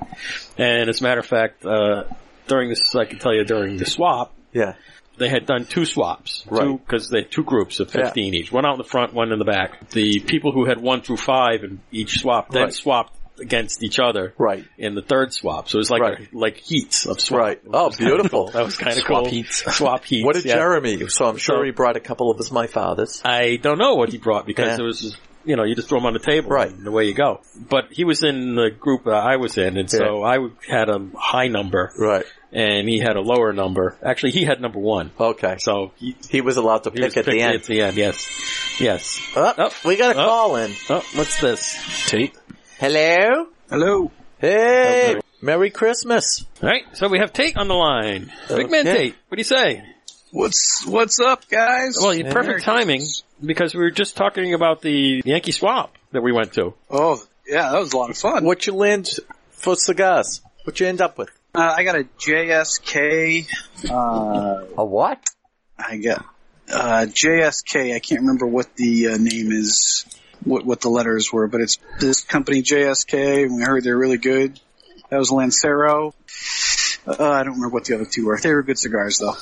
[SPEAKER 1] And as a matter of fact, uh, during this, I can tell you during the swap,
[SPEAKER 2] Yeah.
[SPEAKER 1] they had done two swaps.
[SPEAKER 2] Right.
[SPEAKER 1] Because they had two groups of 15 each. One out in the front, one in the back. The people who had one through five in each swap then
[SPEAKER 2] Right.
[SPEAKER 1] swapped against each other.
[SPEAKER 2] Right.
[SPEAKER 1] In the third swap. So it was like,
[SPEAKER 2] Right.
[SPEAKER 1] like heats of swap.
[SPEAKER 2] Right. Oh, beautiful.
[SPEAKER 1] That was kind of
[SPEAKER 3] Swap
[SPEAKER 1] cool.
[SPEAKER 3] heats.
[SPEAKER 1] Swap heats.
[SPEAKER 2] What did
[SPEAKER 1] yeah.
[SPEAKER 2] Jeremy? So I'm sure
[SPEAKER 1] So- Uh,
[SPEAKER 2] he brought a couple of his my fathers.
[SPEAKER 1] I don't know what he brought because it
[SPEAKER 2] Yeah.
[SPEAKER 1] was, just, you know, you just throw them on the table,
[SPEAKER 2] Right.
[SPEAKER 1] And away you go. But he was in the group that I was in, and so I had a high number,
[SPEAKER 2] Right.
[SPEAKER 1] and he had a lower number. Actually, he had number one.
[SPEAKER 2] Okay. So
[SPEAKER 1] So he,
[SPEAKER 2] he was allowed to
[SPEAKER 1] he
[SPEAKER 2] pick
[SPEAKER 1] was
[SPEAKER 2] at the
[SPEAKER 1] picked
[SPEAKER 2] end.
[SPEAKER 1] At the end, yes, yes.
[SPEAKER 2] Oh,
[SPEAKER 1] Oh.
[SPEAKER 2] we got a
[SPEAKER 1] Oh.
[SPEAKER 2] call in.
[SPEAKER 1] Oh, what's this?
[SPEAKER 3] Tate.
[SPEAKER 2] Hello.
[SPEAKER 6] Hello.
[SPEAKER 2] Hey. Merry Christmas.
[SPEAKER 1] All right, so we have Tate on the line. Big man
[SPEAKER 2] Okay.
[SPEAKER 1] Tate. What do you say?
[SPEAKER 7] What's what's up, guys?
[SPEAKER 1] Well, you perfect timing because we were just talking about the Yankee Swap that we went to.
[SPEAKER 7] Oh, yeah, that was a lot of fun.
[SPEAKER 2] What you land for cigars? What you end up with?
[SPEAKER 7] Uh, I got a JSK. Uh,
[SPEAKER 8] A what?
[SPEAKER 7] I got uh, JSK. I can't remember what the uh, name is, what what the letters were, but it's this company JSK. And we heard they're really good. That was Lancero. Uh, I don't remember what the other two were. They were good cigars though.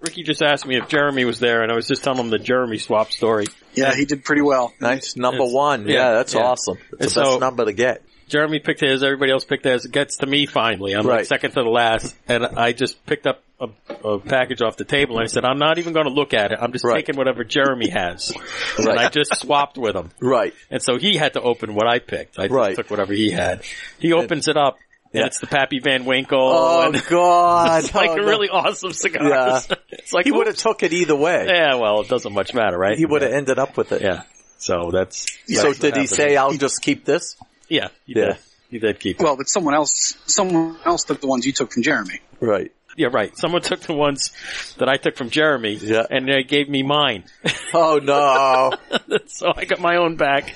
[SPEAKER 1] Ricky just asked me if Jeremy was there, and I was just telling him the Jeremy Swap story.
[SPEAKER 7] Yeah, he did pretty well.
[SPEAKER 2] Nice number
[SPEAKER 1] It's-
[SPEAKER 2] one. Yeah,
[SPEAKER 1] yeah,
[SPEAKER 2] that's
[SPEAKER 1] yeah.
[SPEAKER 2] awesome. That's
[SPEAKER 1] It's
[SPEAKER 2] the best
[SPEAKER 1] so-
[SPEAKER 2] number to get.
[SPEAKER 1] Jeremy picked his, everybody else picked theirs. It gets to me finally. I'm like
[SPEAKER 2] Right.
[SPEAKER 1] second to the last, and I just picked up a, a package off the table and I said, I'm not even going to look at it. I'm just
[SPEAKER 2] Right.
[SPEAKER 1] taking whatever Jeremy has. And I just swapped with him.
[SPEAKER 2] Right.
[SPEAKER 1] And so he had to open what I picked. I
[SPEAKER 2] Right.
[SPEAKER 1] took whatever he had. He opens it up,
[SPEAKER 2] Yeah.
[SPEAKER 1] and it's the Pappy Van Winkle.
[SPEAKER 2] Oh
[SPEAKER 1] and
[SPEAKER 2] God!
[SPEAKER 1] it's like
[SPEAKER 2] Oh,
[SPEAKER 1] a
[SPEAKER 2] no.
[SPEAKER 1] really awesome cigar.
[SPEAKER 2] Yeah.
[SPEAKER 1] it's like,
[SPEAKER 2] He would have took it either way.
[SPEAKER 1] yeah, well, it doesn't much matter, right?
[SPEAKER 2] He would have ended up with it.
[SPEAKER 1] Yeah. So that's,
[SPEAKER 2] So
[SPEAKER 1] that's what
[SPEAKER 2] did he
[SPEAKER 1] happened.
[SPEAKER 2] say, "I'll just keep this"?
[SPEAKER 1] Yeah. He
[SPEAKER 2] Yeah.
[SPEAKER 1] Did. He did keep it.
[SPEAKER 7] Well, but someone else, someone else took the ones you took from Jeremy.
[SPEAKER 2] Right.
[SPEAKER 1] Yeah, right. Someone took the ones that I took from Jeremy,
[SPEAKER 2] Yeah.
[SPEAKER 1] and they gave me mine.
[SPEAKER 2] Oh no!
[SPEAKER 1] so I got my own back.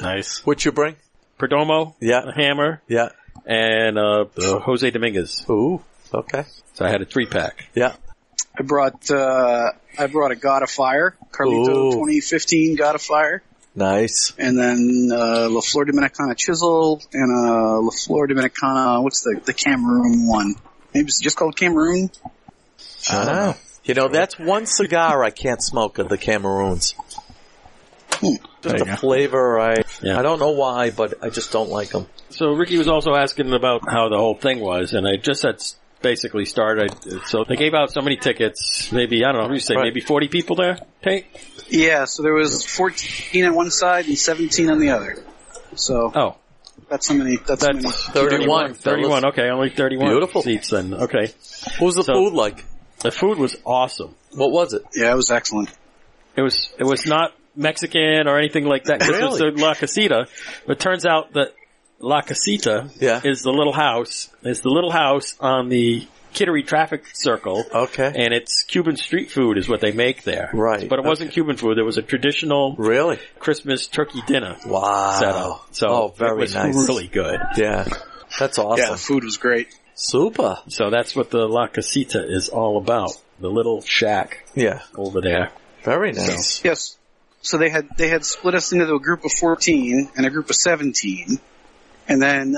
[SPEAKER 3] Nice.
[SPEAKER 2] what you bring?
[SPEAKER 1] Perdomo,
[SPEAKER 2] Yeah.
[SPEAKER 1] a hammer,
[SPEAKER 2] Yeah.
[SPEAKER 1] and uh, uh, Jose Dominguez.
[SPEAKER 2] Ooh. Okay.
[SPEAKER 1] So I had a three pack.
[SPEAKER 2] Yeah.
[SPEAKER 7] I brought uh, I brought a God of Fire, Carlito
[SPEAKER 2] Ooh.
[SPEAKER 7] 2015 God of Fire,
[SPEAKER 2] Nice.
[SPEAKER 7] and then uh, La Flor Dominicana Chisel and uh, La Flor Dominicana. What's the the Cameroon one? Maybe it's just called Cameroon.
[SPEAKER 1] Oh.
[SPEAKER 2] Wow. You know, that's one cigar I can't smoke of the Cameroons. Just the flavor, I
[SPEAKER 1] Yeah.
[SPEAKER 2] I don't know why, but I just don't like them.
[SPEAKER 1] So Ricky was also asking about how the whole thing was, and I just had s- basically started. So they gave out so many tickets, maybe I don't know. What do you say?
[SPEAKER 2] Right.
[SPEAKER 1] Maybe forty people there. Tate?
[SPEAKER 7] Yeah, so there was 14 on one side and 17 on the other. So
[SPEAKER 1] Oh,
[SPEAKER 7] that's how many. That's, how many.
[SPEAKER 1] that's 31.
[SPEAKER 2] 31,
[SPEAKER 1] 31. Okay, only thirty-one
[SPEAKER 2] Beautiful.
[SPEAKER 1] seats. Then okay,
[SPEAKER 2] What was the
[SPEAKER 1] So-
[SPEAKER 2] food like?
[SPEAKER 1] the food was awesome.
[SPEAKER 2] What was it?
[SPEAKER 7] Yeah, it was excellent.
[SPEAKER 1] It was it was not Mexican or anything like that. This was the La Casita. But it turns out that La Casita
[SPEAKER 2] Yeah.
[SPEAKER 1] is the little house. It's the little house on the Kittery traffic circle.
[SPEAKER 2] Okay.
[SPEAKER 1] And it's Cuban street food is what they make there.
[SPEAKER 2] Right.
[SPEAKER 1] But it wasn't Cuban food. It was a traditional
[SPEAKER 2] Really?
[SPEAKER 1] Christmas turkey dinner
[SPEAKER 2] Wow.
[SPEAKER 1] set up. So
[SPEAKER 2] oh,
[SPEAKER 1] it
[SPEAKER 2] very
[SPEAKER 1] was
[SPEAKER 2] nice.
[SPEAKER 1] really good.
[SPEAKER 2] Yeah. That's
[SPEAKER 7] Yeah,
[SPEAKER 2] awesome.
[SPEAKER 7] the food was great.
[SPEAKER 2] Super.
[SPEAKER 1] So that's what the La Casita is all about. The little shack
[SPEAKER 2] Yeah.
[SPEAKER 1] over there.
[SPEAKER 2] Very nice.
[SPEAKER 7] Yes. So they had they had split us into a group of fourteen and a group of seventeen, and then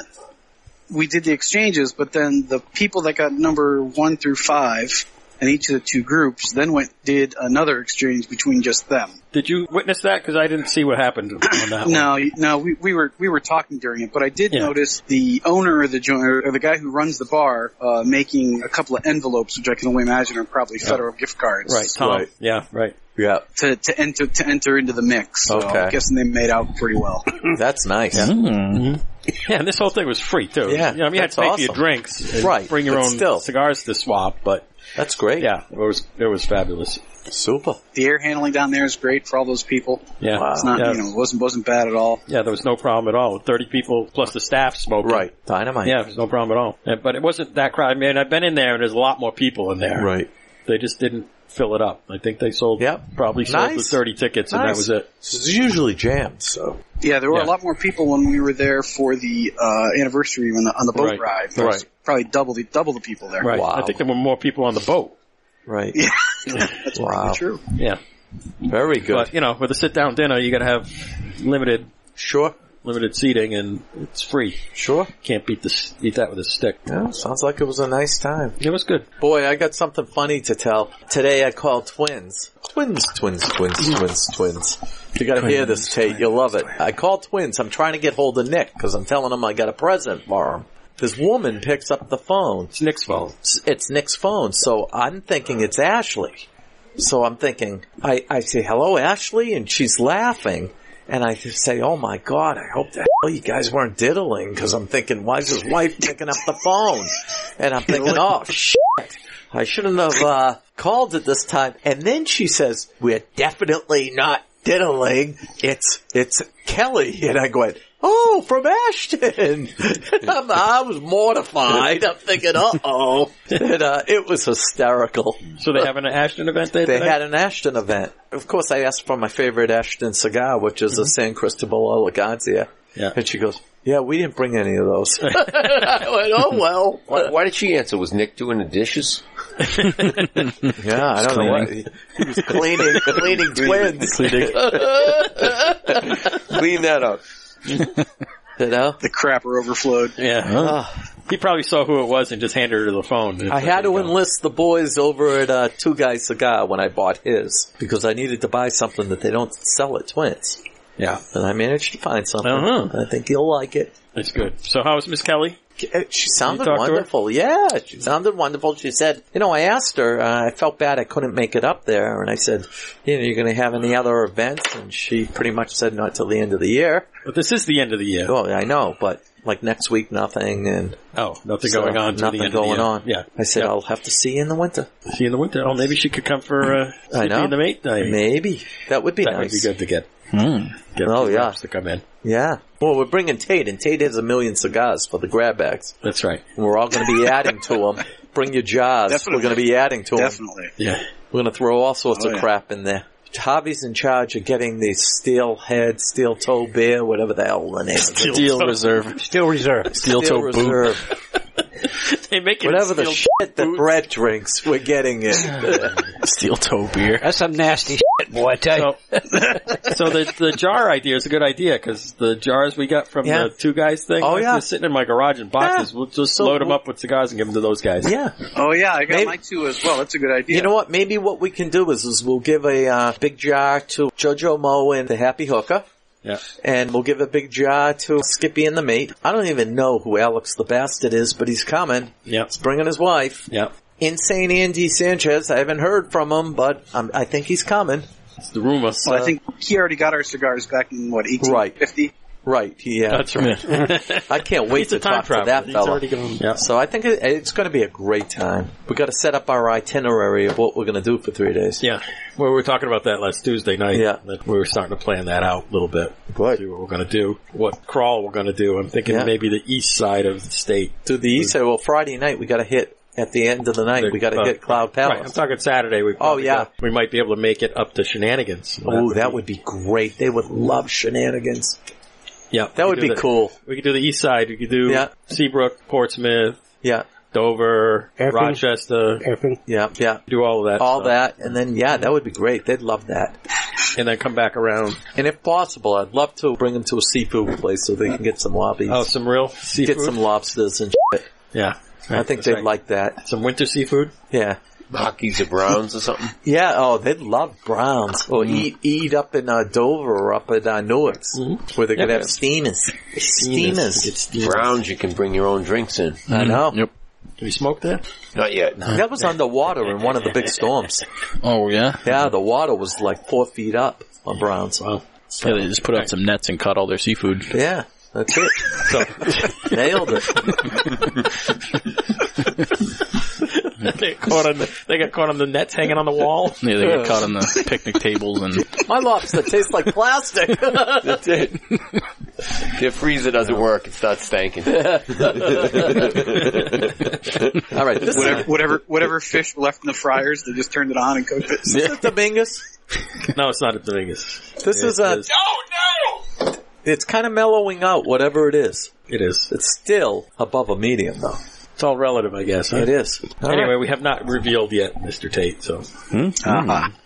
[SPEAKER 7] we did the exchanges. But then the people that got number one through five in each of the two groups then went did another exchange between just them.
[SPEAKER 1] Did you witness that? Because I didn't see what happened on that one.
[SPEAKER 7] No, you- no, we, we were we were talking during it, but I did
[SPEAKER 1] Yeah.
[SPEAKER 7] notice the owner of the joint or the guy who runs the bar uh, making a couple of envelopes, which I can only imagine are probably federal gift cards,
[SPEAKER 1] Right, Tom.
[SPEAKER 2] Right.
[SPEAKER 1] Yeah, right.
[SPEAKER 2] Yeah.
[SPEAKER 7] To, to enter to enter into the mix. So
[SPEAKER 2] Okay.
[SPEAKER 7] I'm guessing they made out pretty well.
[SPEAKER 2] That's nice.
[SPEAKER 1] Mm-hmm. Yeah, and this whole thing was free too.
[SPEAKER 2] Yeah,
[SPEAKER 1] you know, I mean, you had
[SPEAKER 2] that's
[SPEAKER 1] to pay for your
[SPEAKER 2] awesome.
[SPEAKER 1] drinks, and
[SPEAKER 2] Right,
[SPEAKER 1] Bring your
[SPEAKER 2] but
[SPEAKER 1] own
[SPEAKER 2] still.
[SPEAKER 1] cigars to swap, but
[SPEAKER 2] That's great.
[SPEAKER 1] yeah, it was it was fabulous.
[SPEAKER 2] Super.
[SPEAKER 7] The air handling down there is great for all those people.
[SPEAKER 1] Yeah,
[SPEAKER 2] Wow.
[SPEAKER 7] It's not
[SPEAKER 1] yeah,
[SPEAKER 7] you know it wasn't wasn't bad at all.
[SPEAKER 1] yeah, there was no problem at all. Thirty people plus the staff smoking.
[SPEAKER 2] Right. Dynamite.
[SPEAKER 1] Yeah, it was no problem at all. And, but it wasn't that crowded. I mean, I've been in there, and there's a lot more people in there.
[SPEAKER 2] Right.
[SPEAKER 1] They just didn't fill it up. I think they sold
[SPEAKER 2] Yep.
[SPEAKER 1] probably sold
[SPEAKER 2] Nice.
[SPEAKER 1] the thirty tickets, and that
[SPEAKER 2] Nice.
[SPEAKER 1] was it.
[SPEAKER 2] This is usually jammed, so.
[SPEAKER 7] Yeah, there were
[SPEAKER 1] Yeah.
[SPEAKER 7] a lot more people when we were there for the uh, anniversary on the on the boat
[SPEAKER 1] Right.
[SPEAKER 7] ride. There was
[SPEAKER 1] Right.
[SPEAKER 7] Probably double the double the people there.
[SPEAKER 1] Right.
[SPEAKER 2] Wow.
[SPEAKER 1] I think there were more people on the boat.
[SPEAKER 2] Right.
[SPEAKER 7] Yeah.
[SPEAKER 2] That's wow.
[SPEAKER 7] True.
[SPEAKER 1] Yeah,
[SPEAKER 2] Very good.
[SPEAKER 1] but you know, with a sit down dinner, you got to have limited
[SPEAKER 2] sure.
[SPEAKER 1] limited seating, and it's free.
[SPEAKER 2] Sure.
[SPEAKER 1] Can't beat this beat that with a stick.
[SPEAKER 2] Yeah. Sounds like it was a nice time.
[SPEAKER 1] It was good.
[SPEAKER 2] Boy, I got something funny to tell. Today I called twins. Twins, twins, twins, twins, twins. You gotta hear this, Tate. You'll love it. I called twins. I'm trying to get hold of Nick because I'm telling him I got a present for him. This woman picks up the phone.
[SPEAKER 1] It's Nick's fault.
[SPEAKER 2] It's- It's Nick's phone, so I'm thinking it's Ashley. So I'm thinking, I, I say, hello, Ashley, and she's laughing. And I say, oh my god, I hope the hell you guys weren't diddling, because I'm thinking, why is his wife picking up the phone? And I'm thinking, oh shit, I shouldn't have uh, called at this time. And then she says, we're definitely not diddling. It's, it's Kelly. And I go, Oh, from Ashton. I'm- I was mortified. I'm thinking, uh oh. And, uh, it was hysterical.
[SPEAKER 1] So they have an Ashton event there
[SPEAKER 2] They
[SPEAKER 1] tonight?
[SPEAKER 2] had an Ashton event. Of course, I asked for my favorite Ashton cigar, which is a San Cristobal Elegancia.
[SPEAKER 1] Yeah.
[SPEAKER 2] And she goes, Mm-hmm. yeah, we didn't bring any of those. I went, oh well.
[SPEAKER 5] Why, why did she answer? Was Nick doing the dishes?
[SPEAKER 2] Yeah, I don't know what. He was cleaning, cleaning twins.
[SPEAKER 5] Clean that up.
[SPEAKER 2] You know?
[SPEAKER 7] The crapper overflowed.
[SPEAKER 1] Yeah. He probably saw who it was and just handed her the phone. uh,
[SPEAKER 2] I had to enlist the boys over at uh, Two Guys Cigar when I bought his because I needed to buy something that they don't sell at Twins.
[SPEAKER 4] Yeah.
[SPEAKER 2] And I managed to find something.
[SPEAKER 1] Uh-huh.
[SPEAKER 2] I think you'll like it.
[SPEAKER 1] That's good. So how is Miss Kelly?
[SPEAKER 2] Uh, She sounded
[SPEAKER 1] talk to her?
[SPEAKER 2] wonderful. Yeah, she sounded wonderful. She said, you know, I asked her, uh, I felt bad I couldn't make it up there. And I said, you know, you're going to have any other events? And she pretty much said not till the end of the year.
[SPEAKER 1] But this is the end of the year.
[SPEAKER 2] Oh, I know, but like next week, nothing. And
[SPEAKER 1] Oh, nothing
[SPEAKER 2] so
[SPEAKER 1] going on. till the
[SPEAKER 2] nothing
[SPEAKER 1] end of the
[SPEAKER 2] going
[SPEAKER 1] year.
[SPEAKER 2] on.
[SPEAKER 1] Yeah.
[SPEAKER 2] I said,
[SPEAKER 1] Yeah.
[SPEAKER 2] I'll have to see you in the winter.
[SPEAKER 1] See you in the winter. Oh, maybe she could come for uh,
[SPEAKER 2] I
[SPEAKER 1] Sleepy
[SPEAKER 2] know.
[SPEAKER 1] and the mate night.
[SPEAKER 2] Maybe. That would be
[SPEAKER 1] That
[SPEAKER 2] nice.
[SPEAKER 1] would be good to get. get
[SPEAKER 2] Oh,
[SPEAKER 1] these
[SPEAKER 2] yeah.
[SPEAKER 1] reps to come in.
[SPEAKER 2] Yeah. Well, we're bringing Tate, and Tate has a million cigars for the grab bags.
[SPEAKER 1] That's right.
[SPEAKER 2] And we're all going to be adding to them. Bring your jars.
[SPEAKER 7] Definitely.
[SPEAKER 2] We're going to be adding to them.
[SPEAKER 7] Definitely.
[SPEAKER 1] Yeah.
[SPEAKER 2] We're going to throw all sorts
[SPEAKER 7] Oh,
[SPEAKER 2] of
[SPEAKER 7] yeah.
[SPEAKER 2] crap in there. Javi's in charge of getting the steel head, steel toe beer, whatever the hell the name is.
[SPEAKER 1] Steel,
[SPEAKER 3] Reserve.
[SPEAKER 4] Still reserved.
[SPEAKER 3] Steel toe boot.
[SPEAKER 2] reserve.
[SPEAKER 1] They make it
[SPEAKER 2] Whatever the
[SPEAKER 1] steel-
[SPEAKER 2] shit that Brett drinks, we're getting it.
[SPEAKER 3] Steel toe beer.
[SPEAKER 4] That's some nasty shit, boy. I tell you.
[SPEAKER 1] So, so the the jar idea is a good idea because the jars we got from
[SPEAKER 2] Yeah.
[SPEAKER 1] the two guys thing,
[SPEAKER 2] Oh,
[SPEAKER 1] like,
[SPEAKER 2] yeah.
[SPEAKER 1] they're sitting in my garage in boxes.
[SPEAKER 2] Yeah.
[SPEAKER 1] We'll just
[SPEAKER 2] So
[SPEAKER 1] load them
[SPEAKER 2] we'll-
[SPEAKER 1] up with cigars and give them to those guys.
[SPEAKER 2] yeah.
[SPEAKER 7] Oh yeah, I got
[SPEAKER 2] Maybe-
[SPEAKER 7] my two as well. That's a good idea.
[SPEAKER 2] You know what? Maybe what we can do is, is we'll give a uh, big jar to JoJo Mo and the Happy Hooker.
[SPEAKER 1] Yeah.
[SPEAKER 2] And we'll give a big jar to Skippy and the mate. I don't even know who Alex the Bastard is, but he's coming.
[SPEAKER 1] Yeah.
[SPEAKER 2] He's bringing his wife.
[SPEAKER 1] Yeah.
[SPEAKER 2] Insane Andy Sanchez. I haven't heard from him, but um, I think he's coming.
[SPEAKER 1] It's the rumor.
[SPEAKER 7] Well, I think he already got our cigars back in what eighteen
[SPEAKER 2] Right.
[SPEAKER 7] fifty.
[SPEAKER 2] Right. Yeah.
[SPEAKER 1] that's right.
[SPEAKER 2] I can't wait
[SPEAKER 1] He's a
[SPEAKER 2] to
[SPEAKER 1] time
[SPEAKER 2] talk to
[SPEAKER 1] traveler.
[SPEAKER 2] that
[SPEAKER 1] He's
[SPEAKER 2] fella.
[SPEAKER 1] already gone. Yeah.
[SPEAKER 2] So I think it, it's going to be a great time. We got to set up our itinerary of what we're going to do for three days.
[SPEAKER 1] Yeah. Well, we were talking about that last Tuesday night.
[SPEAKER 2] Yeah.
[SPEAKER 1] That we were starting to plan that out a little bit. What? See what we're going to do. What crawl we're going to do. I'm thinking
[SPEAKER 2] Yeah.
[SPEAKER 1] maybe the east side of the state.
[SPEAKER 2] to the east side. Well, Friday night we got to hit at the end of the night. we got to
[SPEAKER 1] Uh,
[SPEAKER 2] hit Cloud
[SPEAKER 1] Right. I'm
[SPEAKER 2] Palace.
[SPEAKER 1] talking Saturday. We probably
[SPEAKER 2] Oh, yeah.
[SPEAKER 1] got- we might be able to make it up to shenanigans.
[SPEAKER 2] oh, that would be great. They would love shenanigans.
[SPEAKER 1] yeah.
[SPEAKER 2] That would be cool.
[SPEAKER 1] We could do the east side. We could do
[SPEAKER 2] Yeah.
[SPEAKER 1] Seabrook, Portsmouth,
[SPEAKER 2] Yeah,
[SPEAKER 1] Dover,
[SPEAKER 4] Airfield.
[SPEAKER 1] Rochester.
[SPEAKER 4] Everything.
[SPEAKER 2] yeah, yeah.
[SPEAKER 1] Do all of that.
[SPEAKER 2] All
[SPEAKER 1] stuff.
[SPEAKER 2] that, and then yeah, that would be great. They'd love that.
[SPEAKER 1] And then come back around.
[SPEAKER 2] And if possible, I'd love to bring them to a seafood place so they can get some lobbies,
[SPEAKER 1] Oh, some real seafood.
[SPEAKER 2] get some lobsters and shit.
[SPEAKER 1] yeah.
[SPEAKER 2] I think
[SPEAKER 1] That's
[SPEAKER 2] they'd
[SPEAKER 1] right.
[SPEAKER 2] like that.
[SPEAKER 1] some winter seafood.
[SPEAKER 2] Yeah.
[SPEAKER 5] Hockey's or Browns or something?
[SPEAKER 2] Yeah, oh, they'd love Browns.
[SPEAKER 1] Oh,
[SPEAKER 2] Or eat eat up in uh, Dover or up at uh, Newark's, where they could
[SPEAKER 1] Mm-hmm. Yeah.
[SPEAKER 2] have steamers. Steamers.
[SPEAKER 5] Browns, you can bring your own drinks in.
[SPEAKER 2] I know.
[SPEAKER 3] Yep.
[SPEAKER 1] Do we smoke there?
[SPEAKER 5] Not yet.
[SPEAKER 2] That was underwater in one of the big storms.
[SPEAKER 3] Oh yeah.
[SPEAKER 2] Yeah, the water was like four feet up on Browns.
[SPEAKER 1] Wow.
[SPEAKER 3] Yeah, they just put out some nets and caught all their seafood.
[SPEAKER 2] Yeah, that's it. Nailed it.
[SPEAKER 1] they got caught on the they got caught on the nets hanging on the wall.
[SPEAKER 3] Yeah, they got caught on the picnic tables and
[SPEAKER 2] My lobster tastes like plastic.
[SPEAKER 5] Their freezer doesn't work. It starts stinking.
[SPEAKER 2] All right, this
[SPEAKER 7] Whatever,
[SPEAKER 2] is,
[SPEAKER 7] whatever, whatever fish were left in the fryers, they just turned it on and cooked it.
[SPEAKER 2] this is Dominguez.
[SPEAKER 1] No, it's not at the Vegas.
[SPEAKER 2] This is a. It's kind of mellowing out, whatever it is.
[SPEAKER 1] It is.
[SPEAKER 2] It's still above a medium, though.
[SPEAKER 1] It's all relative, I guess. Huh?
[SPEAKER 2] It is. All
[SPEAKER 1] Anyway,
[SPEAKER 2] right.
[SPEAKER 1] we have not revealed yet, Mr. Tate. So Hmm.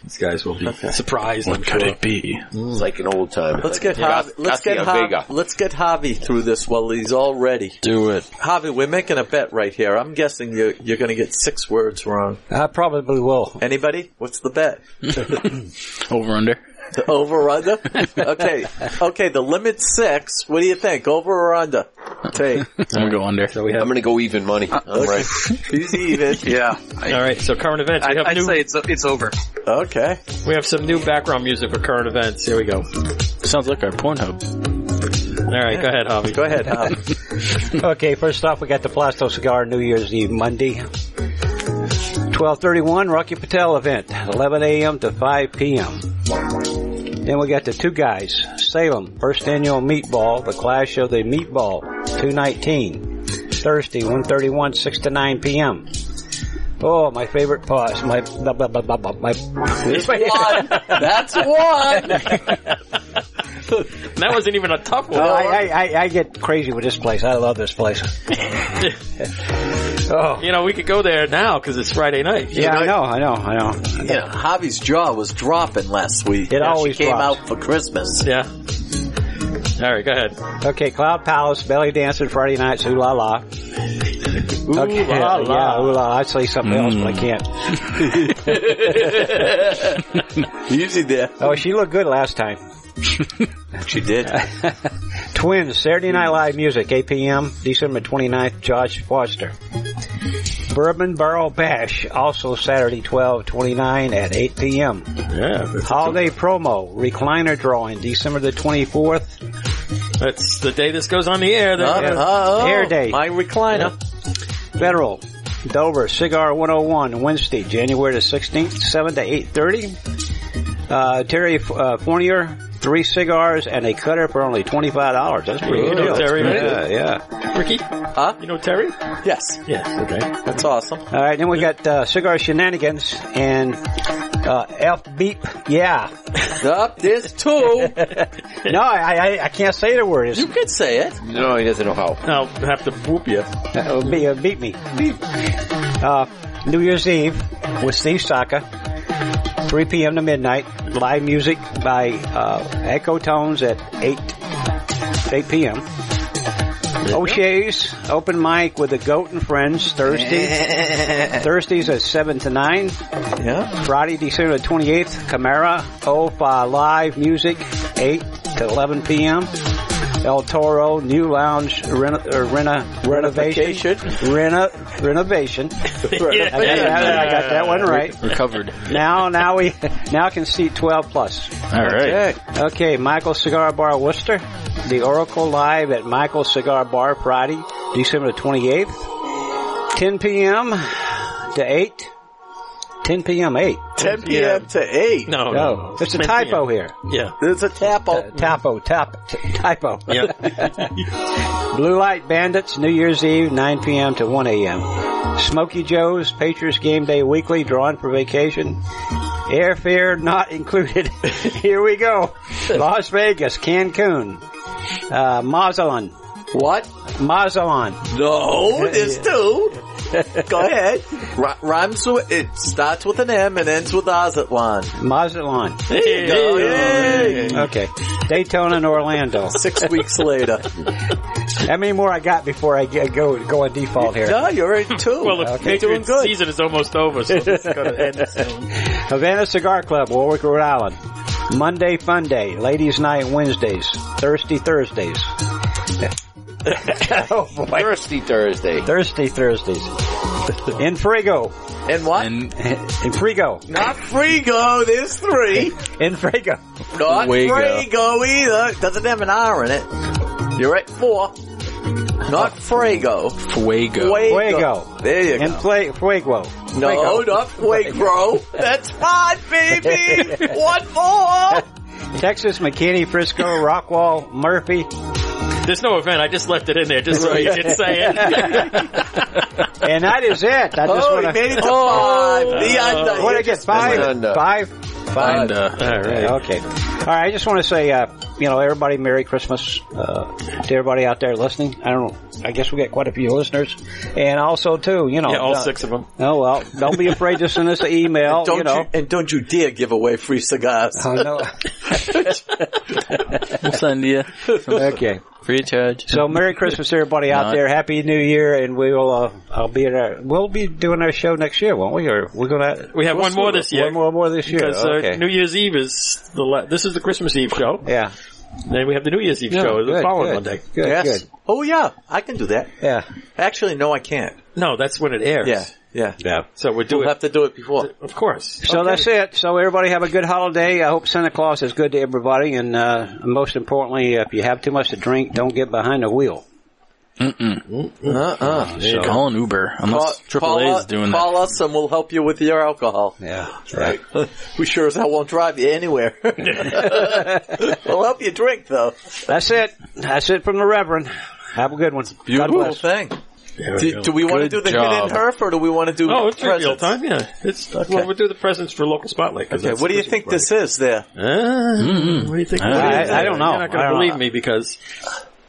[SPEAKER 1] these guys will be surprised. I'm sure.
[SPEAKER 3] be?
[SPEAKER 5] It's like an old time.
[SPEAKER 2] Let's get Javi. Let's get Javi. Let's get Javi through this while he's all ready.
[SPEAKER 3] Do it.
[SPEAKER 2] Javi, we're making a bet right here. I'm guessing you're, you're going to get six words wrong.
[SPEAKER 4] I probably will.
[SPEAKER 2] Anybody? What's the bet?
[SPEAKER 3] Over under.
[SPEAKER 2] The over or under? okay. Okay, the limit six. What do you think? Over or under? Take.
[SPEAKER 3] I'm gonna go under.
[SPEAKER 1] we
[SPEAKER 5] I'm
[SPEAKER 1] have.
[SPEAKER 5] gonna go even money. I'm right.
[SPEAKER 2] He's even.
[SPEAKER 7] Yeah,
[SPEAKER 1] All right. So current events. We have
[SPEAKER 7] I'd
[SPEAKER 1] new.
[SPEAKER 7] say it's it's over.
[SPEAKER 2] Okay.
[SPEAKER 1] We have some new background music for current events. Here we go.
[SPEAKER 3] Sounds like our Pornhub.
[SPEAKER 1] All right. Go ahead, Javi.
[SPEAKER 2] Go ahead, Javi.
[SPEAKER 4] Okay, first off, we got the Plasto Cigar New Year's Eve Monday. 1231 Rocky Patel event, 11 a.m. to 5 p.m. Then we got the two guys, Salem, first annual meatball, the clash of the meatball, 219, Thursday, 131, 6 to 9 p.m. Oh, my favorite pause, my, blah, blah, blah, blah, blah, my,
[SPEAKER 1] That's one. that wasn't even a tough one.
[SPEAKER 4] Oh, I, I, I, I get crazy with this place. I love this place. oh,
[SPEAKER 1] you know, we could go there now because it's Friday night.
[SPEAKER 4] yeah, I know, I know, I know.
[SPEAKER 6] You know, Javi's jaw was dropping last week.
[SPEAKER 4] It
[SPEAKER 6] Now
[SPEAKER 4] always
[SPEAKER 6] she came
[SPEAKER 4] drops.
[SPEAKER 6] out for Christmas.
[SPEAKER 1] Yeah. All right, go ahead.
[SPEAKER 4] Okay, Cloud Palace, belly dancing Friday nights, ooh la la.
[SPEAKER 1] Ooh,
[SPEAKER 4] Okay,
[SPEAKER 1] la, la.
[SPEAKER 4] yeah, ooh la la. I'd say something else, but I can't.
[SPEAKER 6] Usually there.
[SPEAKER 4] Oh, she looked good last time.
[SPEAKER 6] She did.
[SPEAKER 4] Twins, Saturday Night Live Music, 8 p.m., December 29th, Josh Foster. Bourbon Barrel Bash, also Saturday 12, 29 at 8 p.m.
[SPEAKER 3] Yeah.
[SPEAKER 4] Holiday Promo, Recliner Drawing, December the 24th,
[SPEAKER 1] That's the day this goes on the air. Then.
[SPEAKER 6] Uh, uh, oh,
[SPEAKER 4] Air Day.
[SPEAKER 6] My recliner.
[SPEAKER 4] Federal, Dover, Cigar 101, Wednesday, January the 16th, 7 to 8.30. Uh, Terry uh, Fournier, three cigars and a cutter for only $25. That's pretty
[SPEAKER 1] You
[SPEAKER 4] good.
[SPEAKER 1] know
[SPEAKER 4] deal.
[SPEAKER 1] Terry,
[SPEAKER 4] yeah,
[SPEAKER 1] right?
[SPEAKER 4] yeah.
[SPEAKER 1] Ricky? Huh? You know Terry?
[SPEAKER 6] Yes.
[SPEAKER 1] Yeah. Okay.
[SPEAKER 6] That's awesome.
[SPEAKER 4] All right, then we got uh, Cigar Shenanigans and uh, F Beep. Yeah.
[SPEAKER 6] Up, there's two.
[SPEAKER 4] No, I, I, I can't say the word. It's,
[SPEAKER 6] you could say it.
[SPEAKER 5] No, he doesn't know how.
[SPEAKER 1] I'll have to whoop you.
[SPEAKER 4] it'll be, uh, beat me. Uh, New Year's Eve with Steve Saka, 3 p.m. to midnight. Live music by uh, Echo Tones at 8, 8 p.m. O'Shea's open mic with the Goat and Friends Thursday. Thursdays at 7 to 9.
[SPEAKER 6] Yeah.
[SPEAKER 4] Friday, December the 28th, Camara, OFA Live Music, 8 to 11 p.m. El Toro, New Lounge reno, uh, reno, Renovation. Reno, renovation. I, got that, I got that one right.
[SPEAKER 3] Recovered.
[SPEAKER 4] Now, now we, now can seat 12 plus.
[SPEAKER 3] All right.
[SPEAKER 6] Okay.
[SPEAKER 4] Okay, Michael Cigar Bar Worcester. The Oracle Live at Michael Cigar Bar Friday, December the 28th. 10 p.m. to 8. 10 p.m. 8.
[SPEAKER 6] 10 p.m. to 8.
[SPEAKER 1] No, no.
[SPEAKER 4] No, Oh, there's a
[SPEAKER 1] 10
[SPEAKER 4] typo here.
[SPEAKER 1] Yeah.
[SPEAKER 6] There's a tap
[SPEAKER 4] Uh, Tapo, tap, t- typo.
[SPEAKER 1] Yeah.
[SPEAKER 4] Blue Light Bandits, New Year's Eve, 9 p.m. to 1 a.m. Smoky Joe's, Patriots Game Day Weekly, drawn for vacation. Airfare not included. Here we go. Las Vegas, Cancun, uh, Mazatlan,
[SPEAKER 6] What?
[SPEAKER 4] Mazatlan.
[SPEAKER 6] No, there's two. Go ahead. R- rhymes with, it starts with an M and ends with Azatlan.
[SPEAKER 4] Mazatlan.
[SPEAKER 1] Hey,
[SPEAKER 4] Okay. Daytona and Orlando.
[SPEAKER 6] Six weeks later.
[SPEAKER 4] How many more I got before I get, go, go on default here?
[SPEAKER 6] No, you're at two.
[SPEAKER 1] Well, the
[SPEAKER 6] you're doing
[SPEAKER 1] Patriots
[SPEAKER 6] good.
[SPEAKER 1] season is almost over, so it's going to end soon.
[SPEAKER 4] Havana Cigar Club, Warwick, Rhode Island. Monday Fun Day, Ladies Night Wednesdays, Thirsty Thursdays. oh boy.
[SPEAKER 5] Thirsty Thursday.
[SPEAKER 4] Thirsty Thursdays. In Frigo.
[SPEAKER 6] And what?
[SPEAKER 3] And
[SPEAKER 4] In Frigo.
[SPEAKER 6] Not Frigo, there's three.
[SPEAKER 4] In Frigo.
[SPEAKER 6] Not
[SPEAKER 3] Way go.
[SPEAKER 6] Frigo either. Doesn't have an R in it. You're at four. Not Frigo.
[SPEAKER 3] Fuego.
[SPEAKER 6] Fuego.
[SPEAKER 4] Fuego.
[SPEAKER 6] There you
[SPEAKER 4] In
[SPEAKER 6] go.
[SPEAKER 4] play, Fuego.
[SPEAKER 6] No, not Fuego. That's five, baby. One more.
[SPEAKER 4] Texas, McKinney, Frisco, Rockwall, Murphy,
[SPEAKER 1] There's no event. I just left it in there just so you didn't say it.
[SPEAKER 4] and that is it. I just
[SPEAKER 6] Oh, he
[SPEAKER 4] want
[SPEAKER 6] made
[SPEAKER 4] to.
[SPEAKER 6] it to five. The under.
[SPEAKER 4] What did I get? Five?
[SPEAKER 5] under.
[SPEAKER 4] Five?
[SPEAKER 3] And, uh,
[SPEAKER 1] All right.
[SPEAKER 4] Okay. All right. I just want to say, uh, you know, everybody, Merry Christmas uh, to everybody out there listening. I don't know. I guess we got quite a few listeners, and also too, you know,
[SPEAKER 1] Yeah, all
[SPEAKER 4] uh,
[SPEAKER 1] six of them.
[SPEAKER 4] Oh well, don't be afraid to send us an email.
[SPEAKER 6] Don't
[SPEAKER 4] you know.
[SPEAKER 6] and don't you dare give away free cigars.
[SPEAKER 4] Oh, no.
[SPEAKER 3] we'll send you
[SPEAKER 4] Okay.
[SPEAKER 3] free of charge.
[SPEAKER 4] So Merry Christmas, everybody out
[SPEAKER 3] No.
[SPEAKER 4] there. Happy New Year, and we will. Uh, I'll be at our. We'll be doing our show next year, won't we? Or we're gonna.
[SPEAKER 1] We have
[SPEAKER 4] we'll
[SPEAKER 1] one more
[SPEAKER 4] see.
[SPEAKER 1] this year.
[SPEAKER 4] One more, more this year.
[SPEAKER 1] Because uh,
[SPEAKER 4] okay.
[SPEAKER 1] New Year's Eve is the la- this is the Christmas Eve show.
[SPEAKER 4] yeah.
[SPEAKER 1] Then we have the New Year's Eve show the
[SPEAKER 4] good,
[SPEAKER 1] following
[SPEAKER 4] good,
[SPEAKER 1] Monday.
[SPEAKER 4] Good.
[SPEAKER 6] yes.
[SPEAKER 4] Good.
[SPEAKER 6] Oh yeah, I can do that.
[SPEAKER 4] Yeah.
[SPEAKER 6] Actually, no, I can't.
[SPEAKER 1] No, that's when it airs.
[SPEAKER 6] Yeah, yeah.
[SPEAKER 4] Yeah.
[SPEAKER 1] So we're
[SPEAKER 6] We'll
[SPEAKER 1] doing
[SPEAKER 6] have to do it before.
[SPEAKER 1] of course.
[SPEAKER 4] So that's it. So everybody have a good holiday. I hope Santa Claus is good to everybody, and uh, most importantly, if you have too much to drink, don't get behind the wheel.
[SPEAKER 2] Uh-uh.
[SPEAKER 3] So call an Uber unless
[SPEAKER 2] call,
[SPEAKER 3] AAA is
[SPEAKER 2] u-
[SPEAKER 3] doing that.
[SPEAKER 2] call us and we'll help you with your alcohol.
[SPEAKER 4] Yeah.
[SPEAKER 2] Right. we sure as hell won't drive you anywhere. we'll help you drink though.
[SPEAKER 4] That's it. That's it from the Reverend. Have a good one.
[SPEAKER 2] Beautiful
[SPEAKER 4] God bless.
[SPEAKER 2] thing. Do, do we want to
[SPEAKER 3] Good
[SPEAKER 2] do the
[SPEAKER 3] job.
[SPEAKER 2] hidden turf or do we want to do
[SPEAKER 1] Oh, it's real
[SPEAKER 2] presents?
[SPEAKER 1] time. Yeah, it's well, we'll do the presents for local spotlight. 'cause
[SPEAKER 2] Okay,
[SPEAKER 1] that's
[SPEAKER 2] what do you
[SPEAKER 1] Christmas
[SPEAKER 2] think
[SPEAKER 1] party.
[SPEAKER 2] this is there?
[SPEAKER 1] Uh, What do you think?
[SPEAKER 3] I-
[SPEAKER 1] it is?
[SPEAKER 4] I don't know.
[SPEAKER 1] You're not going
[SPEAKER 4] I
[SPEAKER 1] to
[SPEAKER 4] don't
[SPEAKER 1] believe
[SPEAKER 4] know.
[SPEAKER 1] me because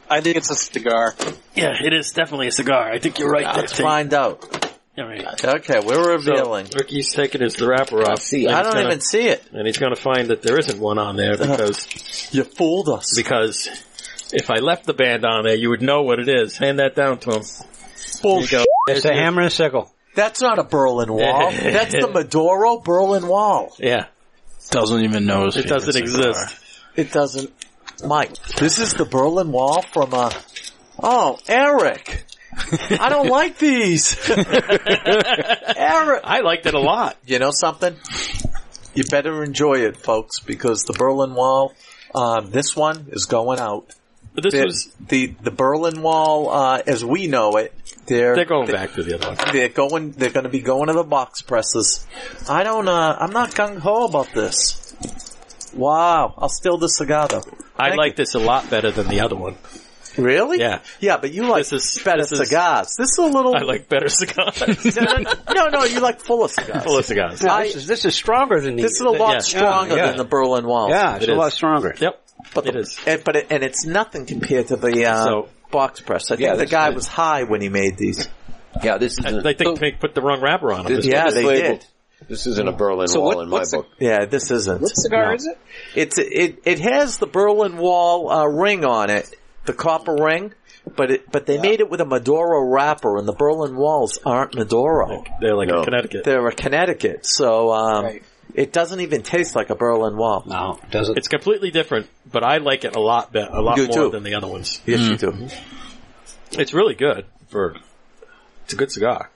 [SPEAKER 7] I think it's a cigar.
[SPEAKER 9] Yeah, it is definitely a cigar. I think you're right. there,
[SPEAKER 2] Let's
[SPEAKER 9] Tate.
[SPEAKER 2] find out.
[SPEAKER 9] All right.
[SPEAKER 2] Okay, we're revealing.
[SPEAKER 1] Ricky's taking his wrapper off.
[SPEAKER 5] see.
[SPEAKER 1] and
[SPEAKER 2] I
[SPEAKER 1] he's
[SPEAKER 2] don't
[SPEAKER 1] gonna-
[SPEAKER 2] even see it.
[SPEAKER 1] And he's going to find that there isn't one on there because
[SPEAKER 2] You fooled us.
[SPEAKER 1] because if I left the band on there, you would know what it is. Hand that down to him.
[SPEAKER 2] Oh,
[SPEAKER 4] It's a hammer and a sickle.
[SPEAKER 2] That's not a Berlin Wall. That's the Maduro Berlin Wall.
[SPEAKER 1] Yeah,
[SPEAKER 3] Doesn't even know.
[SPEAKER 1] it doesn't exist.
[SPEAKER 2] It doesn't. Mike, this is the Berlin Wall from uh Oh, Eric. I don't like these. Eric.
[SPEAKER 1] I liked it a lot.
[SPEAKER 2] You know something? You better enjoy it, folks, because the Berlin Wall, um, this one is going out.
[SPEAKER 1] But this
[SPEAKER 2] The,
[SPEAKER 1] was
[SPEAKER 2] the, the Berlin Wall, uh, as we know it, they're,
[SPEAKER 1] they're going back to the other one.
[SPEAKER 2] they're going, they're going to be going to the box presses. I don't, uh, I'm not gung ho about this. Wow. I'll steal the cigar though.
[SPEAKER 1] I
[SPEAKER 2] Thank
[SPEAKER 1] like this a lot better than the other one.
[SPEAKER 2] Really?
[SPEAKER 1] Yeah.
[SPEAKER 2] Yeah, but you like
[SPEAKER 1] This is-
[SPEAKER 2] better
[SPEAKER 1] this is-
[SPEAKER 2] cigars. This is a little.
[SPEAKER 1] I like better cigars.
[SPEAKER 2] no, no, you like fuller cigars.
[SPEAKER 1] Full of cigars.
[SPEAKER 4] No,
[SPEAKER 2] I-
[SPEAKER 4] this, is, this is stronger than the,
[SPEAKER 2] This is a lot
[SPEAKER 1] Yeah.
[SPEAKER 2] stronger
[SPEAKER 4] Yeah.
[SPEAKER 2] than the Berlin Wall.
[SPEAKER 4] Yeah, it's
[SPEAKER 1] It
[SPEAKER 4] a
[SPEAKER 1] is.
[SPEAKER 4] lot stronger.
[SPEAKER 1] Yep.
[SPEAKER 2] but
[SPEAKER 1] it
[SPEAKER 2] the-
[SPEAKER 1] is.
[SPEAKER 2] and- but it, and it's nothing compared to the uh,
[SPEAKER 1] So-
[SPEAKER 2] box press. I think
[SPEAKER 5] Yeah,
[SPEAKER 2] the
[SPEAKER 5] that's
[SPEAKER 2] guy
[SPEAKER 5] good.
[SPEAKER 2] was high when he made these.
[SPEAKER 5] Yeah, this is.
[SPEAKER 1] I, I think Pink put the wrong wrapper on it.
[SPEAKER 5] this,
[SPEAKER 2] Yeah,
[SPEAKER 5] this
[SPEAKER 2] they
[SPEAKER 5] label-
[SPEAKER 2] did.
[SPEAKER 5] This isn't a Berlin
[SPEAKER 7] So
[SPEAKER 5] Wall
[SPEAKER 7] what-
[SPEAKER 5] in my
[SPEAKER 7] what's the-
[SPEAKER 5] book.
[SPEAKER 2] Yeah, this isn't.
[SPEAKER 7] What cigar is it?
[SPEAKER 2] It's it it has the Berlin Wall uh, ring on it, the copper ring. But it, but they made it with a Maduro wrapper, and the Berlin Walls aren't Maduro.
[SPEAKER 1] They're like
[SPEAKER 5] No.
[SPEAKER 1] in Connecticut.
[SPEAKER 2] They're a Connecticut, so um,
[SPEAKER 7] Right.
[SPEAKER 2] it doesn't even taste like a Berlin Wall.
[SPEAKER 4] No, it doesn't.
[SPEAKER 1] It's completely different, but I like it a lot be- a lot
[SPEAKER 2] You do
[SPEAKER 1] more
[SPEAKER 2] too.
[SPEAKER 1] than the other ones.
[SPEAKER 2] Yes, you do.
[SPEAKER 1] It's really good for. It's a good cigar.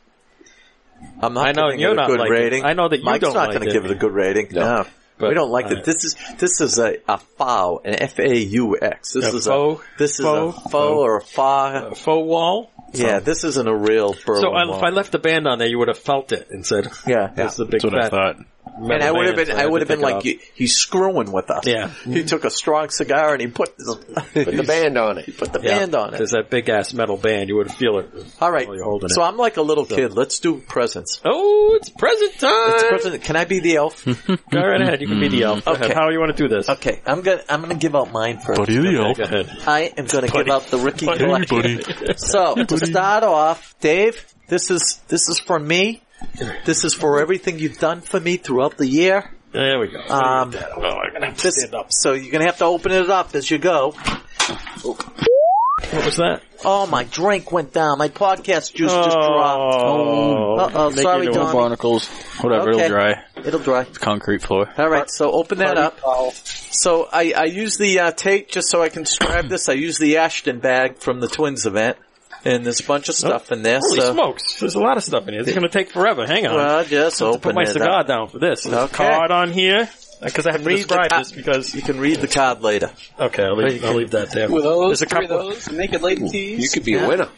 [SPEAKER 2] I'm not
[SPEAKER 1] I know
[SPEAKER 2] giving
[SPEAKER 1] you're
[SPEAKER 2] it a
[SPEAKER 1] not
[SPEAKER 2] good
[SPEAKER 1] like it.
[SPEAKER 2] rating.
[SPEAKER 1] I know that you
[SPEAKER 2] Mike's
[SPEAKER 1] don't
[SPEAKER 2] not
[SPEAKER 1] like
[SPEAKER 2] going to
[SPEAKER 1] it.
[SPEAKER 2] give it a good rating. No,
[SPEAKER 1] but-
[SPEAKER 2] we don't like
[SPEAKER 1] all
[SPEAKER 2] it.
[SPEAKER 1] right.
[SPEAKER 2] This is this is a, a faux, an F A U X. This
[SPEAKER 1] A
[SPEAKER 2] is
[SPEAKER 1] faux?
[SPEAKER 2] a this is
[SPEAKER 1] Faux?
[SPEAKER 2] a faux or a fa.
[SPEAKER 1] A faux wall.
[SPEAKER 2] yeah, this isn't a real Berlin
[SPEAKER 1] So I,
[SPEAKER 2] wall.
[SPEAKER 1] if I left the band on there, you would have felt it and said,
[SPEAKER 2] yeah, yeah.
[SPEAKER 1] "That's the big
[SPEAKER 3] That's what I
[SPEAKER 1] fat
[SPEAKER 3] thought.
[SPEAKER 1] metal
[SPEAKER 2] and I would have
[SPEAKER 1] band,"
[SPEAKER 2] been,
[SPEAKER 1] so had
[SPEAKER 2] I
[SPEAKER 1] to
[SPEAKER 2] would have been
[SPEAKER 1] take it
[SPEAKER 2] like,
[SPEAKER 1] off.
[SPEAKER 2] you, "He's screwing with us."
[SPEAKER 1] Yeah.
[SPEAKER 2] he took a strong cigar and he put the,
[SPEAKER 5] Put the band on it.
[SPEAKER 2] put the
[SPEAKER 1] Yeah.
[SPEAKER 2] band on it.
[SPEAKER 1] There's that big ass metal band. You would feel it.
[SPEAKER 2] All right,
[SPEAKER 1] Oh, you're holding
[SPEAKER 2] so I'm like a little kid. Let's do presents.
[SPEAKER 1] Oh, it's present time.
[SPEAKER 2] It's present. Can I be the elf?
[SPEAKER 1] Go right ahead. You can be the elf. Go
[SPEAKER 2] Okay.
[SPEAKER 1] ahead. How do you want to do this?
[SPEAKER 2] Okay, I'm gonna I'm gonna give out mine first.
[SPEAKER 1] Go ahead.
[SPEAKER 2] I am going to give up the Ricky collection. So to start off, Dave, this is this is for me. This is for everything you've done for me throughout the year.
[SPEAKER 1] There we go.
[SPEAKER 2] Um, this, so you're going to have to open it up as you go.
[SPEAKER 1] What was that?
[SPEAKER 2] Oh, my drink went down. My podcast juice just dropped.
[SPEAKER 1] Oh,
[SPEAKER 2] Uh-oh,
[SPEAKER 1] Make it
[SPEAKER 2] sorry,
[SPEAKER 1] into a
[SPEAKER 2] Donnie.
[SPEAKER 3] Barnacles. Whatever.
[SPEAKER 2] Okay.
[SPEAKER 3] It'll dry.
[SPEAKER 2] It'll dry.
[SPEAKER 3] Concrete floor.
[SPEAKER 2] All right, so open that up. So I, I use the uh, tape just so I can describe this. I use the Ashton bag from the Twins event, and there's a bunch of stuff in there.
[SPEAKER 1] Holy
[SPEAKER 2] so
[SPEAKER 1] smokes! There's a lot of stuff in here. It's going to take forever. Hang on.
[SPEAKER 2] Well, just open
[SPEAKER 1] Put my
[SPEAKER 2] it up.
[SPEAKER 1] cigar down for this. There's
[SPEAKER 2] Okay.
[SPEAKER 1] a card on here because I have to
[SPEAKER 2] Read the
[SPEAKER 1] describe
[SPEAKER 2] co-
[SPEAKER 1] this because
[SPEAKER 2] You can read the card later.
[SPEAKER 1] okay, I'll leave, I'll leave that there.
[SPEAKER 7] With those,
[SPEAKER 1] There's a
[SPEAKER 7] three
[SPEAKER 1] couple.
[SPEAKER 7] of those, naked lady tees.
[SPEAKER 5] You could be a winner.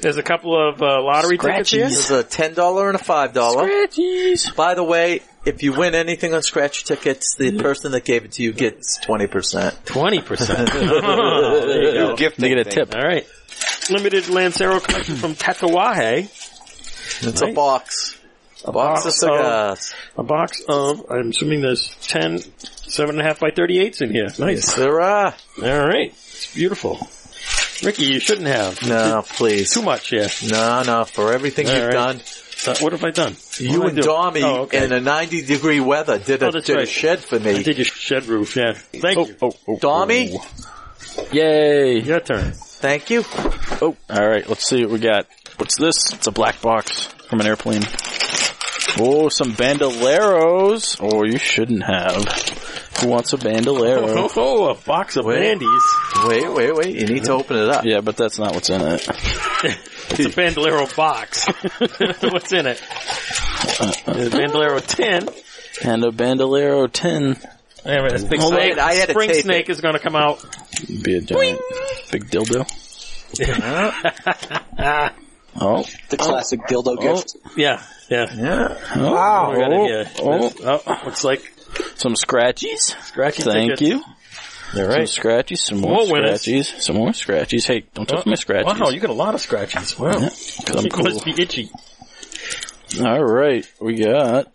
[SPEAKER 1] There's a couple of uh, lottery tickets
[SPEAKER 2] There's a ten dollar and a five dollar.
[SPEAKER 1] here. Scratchies.
[SPEAKER 2] By the way, if you win anything on scratch tickets, the
[SPEAKER 1] Mm-hmm.
[SPEAKER 2] person that gave it to you gets twenty percent.
[SPEAKER 1] Twenty percent. There you go.
[SPEAKER 5] Gift
[SPEAKER 3] They get a tip.
[SPEAKER 1] All right. Limited Lancero collection from Tatawahe.
[SPEAKER 2] It's a box. A box of
[SPEAKER 1] box
[SPEAKER 2] cigars.
[SPEAKER 1] A box of, I'm assuming there's 10, 7.5 by 38s in here. Nice.
[SPEAKER 2] There are
[SPEAKER 1] All right. It's beautiful. Ricky, you shouldn't have.
[SPEAKER 2] no, please,
[SPEAKER 1] Too much, yeah.
[SPEAKER 2] no, no. For everything
[SPEAKER 1] All
[SPEAKER 2] you've
[SPEAKER 1] right.
[SPEAKER 2] done,
[SPEAKER 1] So Uh, what have I done? What
[SPEAKER 2] you
[SPEAKER 1] did
[SPEAKER 2] and
[SPEAKER 1] I do?
[SPEAKER 2] Dommy
[SPEAKER 1] Oh, okay.
[SPEAKER 2] in a ninety degree weather did a,
[SPEAKER 1] Oh, that's
[SPEAKER 2] did a
[SPEAKER 1] right.
[SPEAKER 2] shed for
[SPEAKER 1] I
[SPEAKER 2] me.
[SPEAKER 1] did your shed roof, yeah. Thank you.
[SPEAKER 3] Oh, oh,
[SPEAKER 2] Dommy,
[SPEAKER 3] Yay.
[SPEAKER 1] Your turn.
[SPEAKER 2] thank you.
[SPEAKER 3] Oh. All right. Let's see what we got. What's this? It's a black box from an airplane. Oh, some bandoleros. Oh, you shouldn't have. Who wants a bandolero?
[SPEAKER 1] Oh, oh, a box of bandies.
[SPEAKER 2] Wait, wait, wait. You need to open it up.
[SPEAKER 3] Yeah, but that's not what's in it.
[SPEAKER 1] It's a bandolero box. What's in it?
[SPEAKER 2] Uh,
[SPEAKER 1] There's bandolero 10.
[SPEAKER 3] And a bandolero tin.
[SPEAKER 1] Anyway, this big
[SPEAKER 2] Hold
[SPEAKER 1] snake.
[SPEAKER 2] it, I had to
[SPEAKER 1] Spring
[SPEAKER 2] tape
[SPEAKER 1] snake is going to come out.
[SPEAKER 3] Be a giant, big dildo.
[SPEAKER 2] Uh-huh.
[SPEAKER 3] Oh,
[SPEAKER 10] The classic dildo
[SPEAKER 1] Oh,
[SPEAKER 10] gift.
[SPEAKER 1] Yeah, yeah.
[SPEAKER 3] oh,
[SPEAKER 1] We got
[SPEAKER 3] oh,
[SPEAKER 1] any, uh,
[SPEAKER 3] oh,
[SPEAKER 1] oh, looks like
[SPEAKER 3] some scratchies.
[SPEAKER 1] scratchy.
[SPEAKER 3] Thank
[SPEAKER 1] tickets.
[SPEAKER 3] you.
[SPEAKER 1] All
[SPEAKER 3] Some
[SPEAKER 1] right.
[SPEAKER 3] scratchies, some more
[SPEAKER 1] More winners.
[SPEAKER 3] scratchies, some more scratchies. Hey, don't touch my scratchies.
[SPEAKER 1] Uh, Wow, you got a lot of scratchies. Wow.
[SPEAKER 3] Yeah, 'cause I'm
[SPEAKER 1] You
[SPEAKER 3] cool.
[SPEAKER 1] must be itchy.
[SPEAKER 3] All right, we got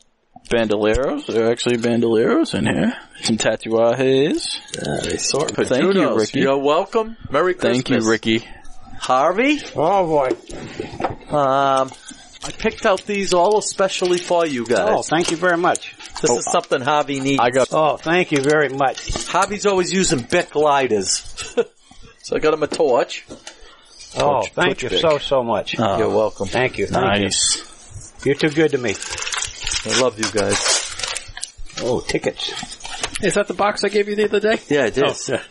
[SPEAKER 3] bandoleros. There are actually bandoleros in here. Some tatuajes. Thank you,
[SPEAKER 2] Kudos.
[SPEAKER 3] Ricky.
[SPEAKER 2] You're welcome. Merry
[SPEAKER 3] Thank
[SPEAKER 2] Christmas.
[SPEAKER 3] you, Ricky.
[SPEAKER 2] Harvey,
[SPEAKER 4] Oh boy.
[SPEAKER 2] um, I picked out these all especially for you
[SPEAKER 4] Oh,
[SPEAKER 2] guys.
[SPEAKER 4] thank you very much.
[SPEAKER 2] this is something Harvey needs.
[SPEAKER 3] I got
[SPEAKER 4] Oh, thank you very much.
[SPEAKER 2] Harvey's always using Bic lighters. so I got him a torch.
[SPEAKER 4] Oh,
[SPEAKER 3] Touch-
[SPEAKER 4] thank
[SPEAKER 3] touch
[SPEAKER 4] you
[SPEAKER 3] big.
[SPEAKER 4] so, so much.
[SPEAKER 3] Oh.
[SPEAKER 2] You're welcome.
[SPEAKER 4] Thank you. Thank
[SPEAKER 3] nice.
[SPEAKER 4] you. You're too good to me.
[SPEAKER 2] I love you guys.
[SPEAKER 4] Oh, tickets.
[SPEAKER 1] Is that the box I gave you the other day?
[SPEAKER 2] Yeah, it
[SPEAKER 1] Oh,
[SPEAKER 2] is.
[SPEAKER 1] yeah.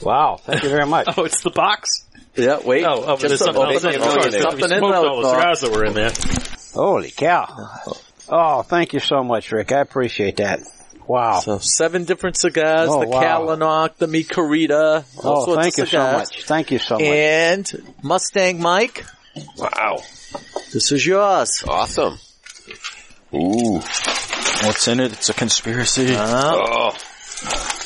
[SPEAKER 4] Wow. Thank you very much.
[SPEAKER 1] oh it's the box.
[SPEAKER 2] Yeah, wait.
[SPEAKER 1] Oh, oh, there's
[SPEAKER 2] Just
[SPEAKER 1] something
[SPEAKER 2] a-
[SPEAKER 1] else. in
[SPEAKER 2] oh,
[SPEAKER 1] there. Of course,
[SPEAKER 2] there's
[SPEAKER 1] we
[SPEAKER 2] something in
[SPEAKER 1] smoked
[SPEAKER 2] there.
[SPEAKER 1] all the cigars that were in there.
[SPEAKER 4] Holy cow. Oh, thank you so much, Rick. I appreciate that. Wow.
[SPEAKER 2] So seven different cigars,
[SPEAKER 4] Oh,
[SPEAKER 2] the
[SPEAKER 4] wow.
[SPEAKER 2] Kalanok, the Mikarita, all
[SPEAKER 4] Oh,
[SPEAKER 2] sorts
[SPEAKER 4] thank you
[SPEAKER 2] of
[SPEAKER 4] so
[SPEAKER 2] cigars.
[SPEAKER 4] much. Thank you so much.
[SPEAKER 2] And Mustang Mike.
[SPEAKER 5] Wow.
[SPEAKER 2] This is yours.
[SPEAKER 5] Awesome.
[SPEAKER 3] Ooh, what's in it? It's a conspiracy.
[SPEAKER 2] Uh,
[SPEAKER 5] Oh.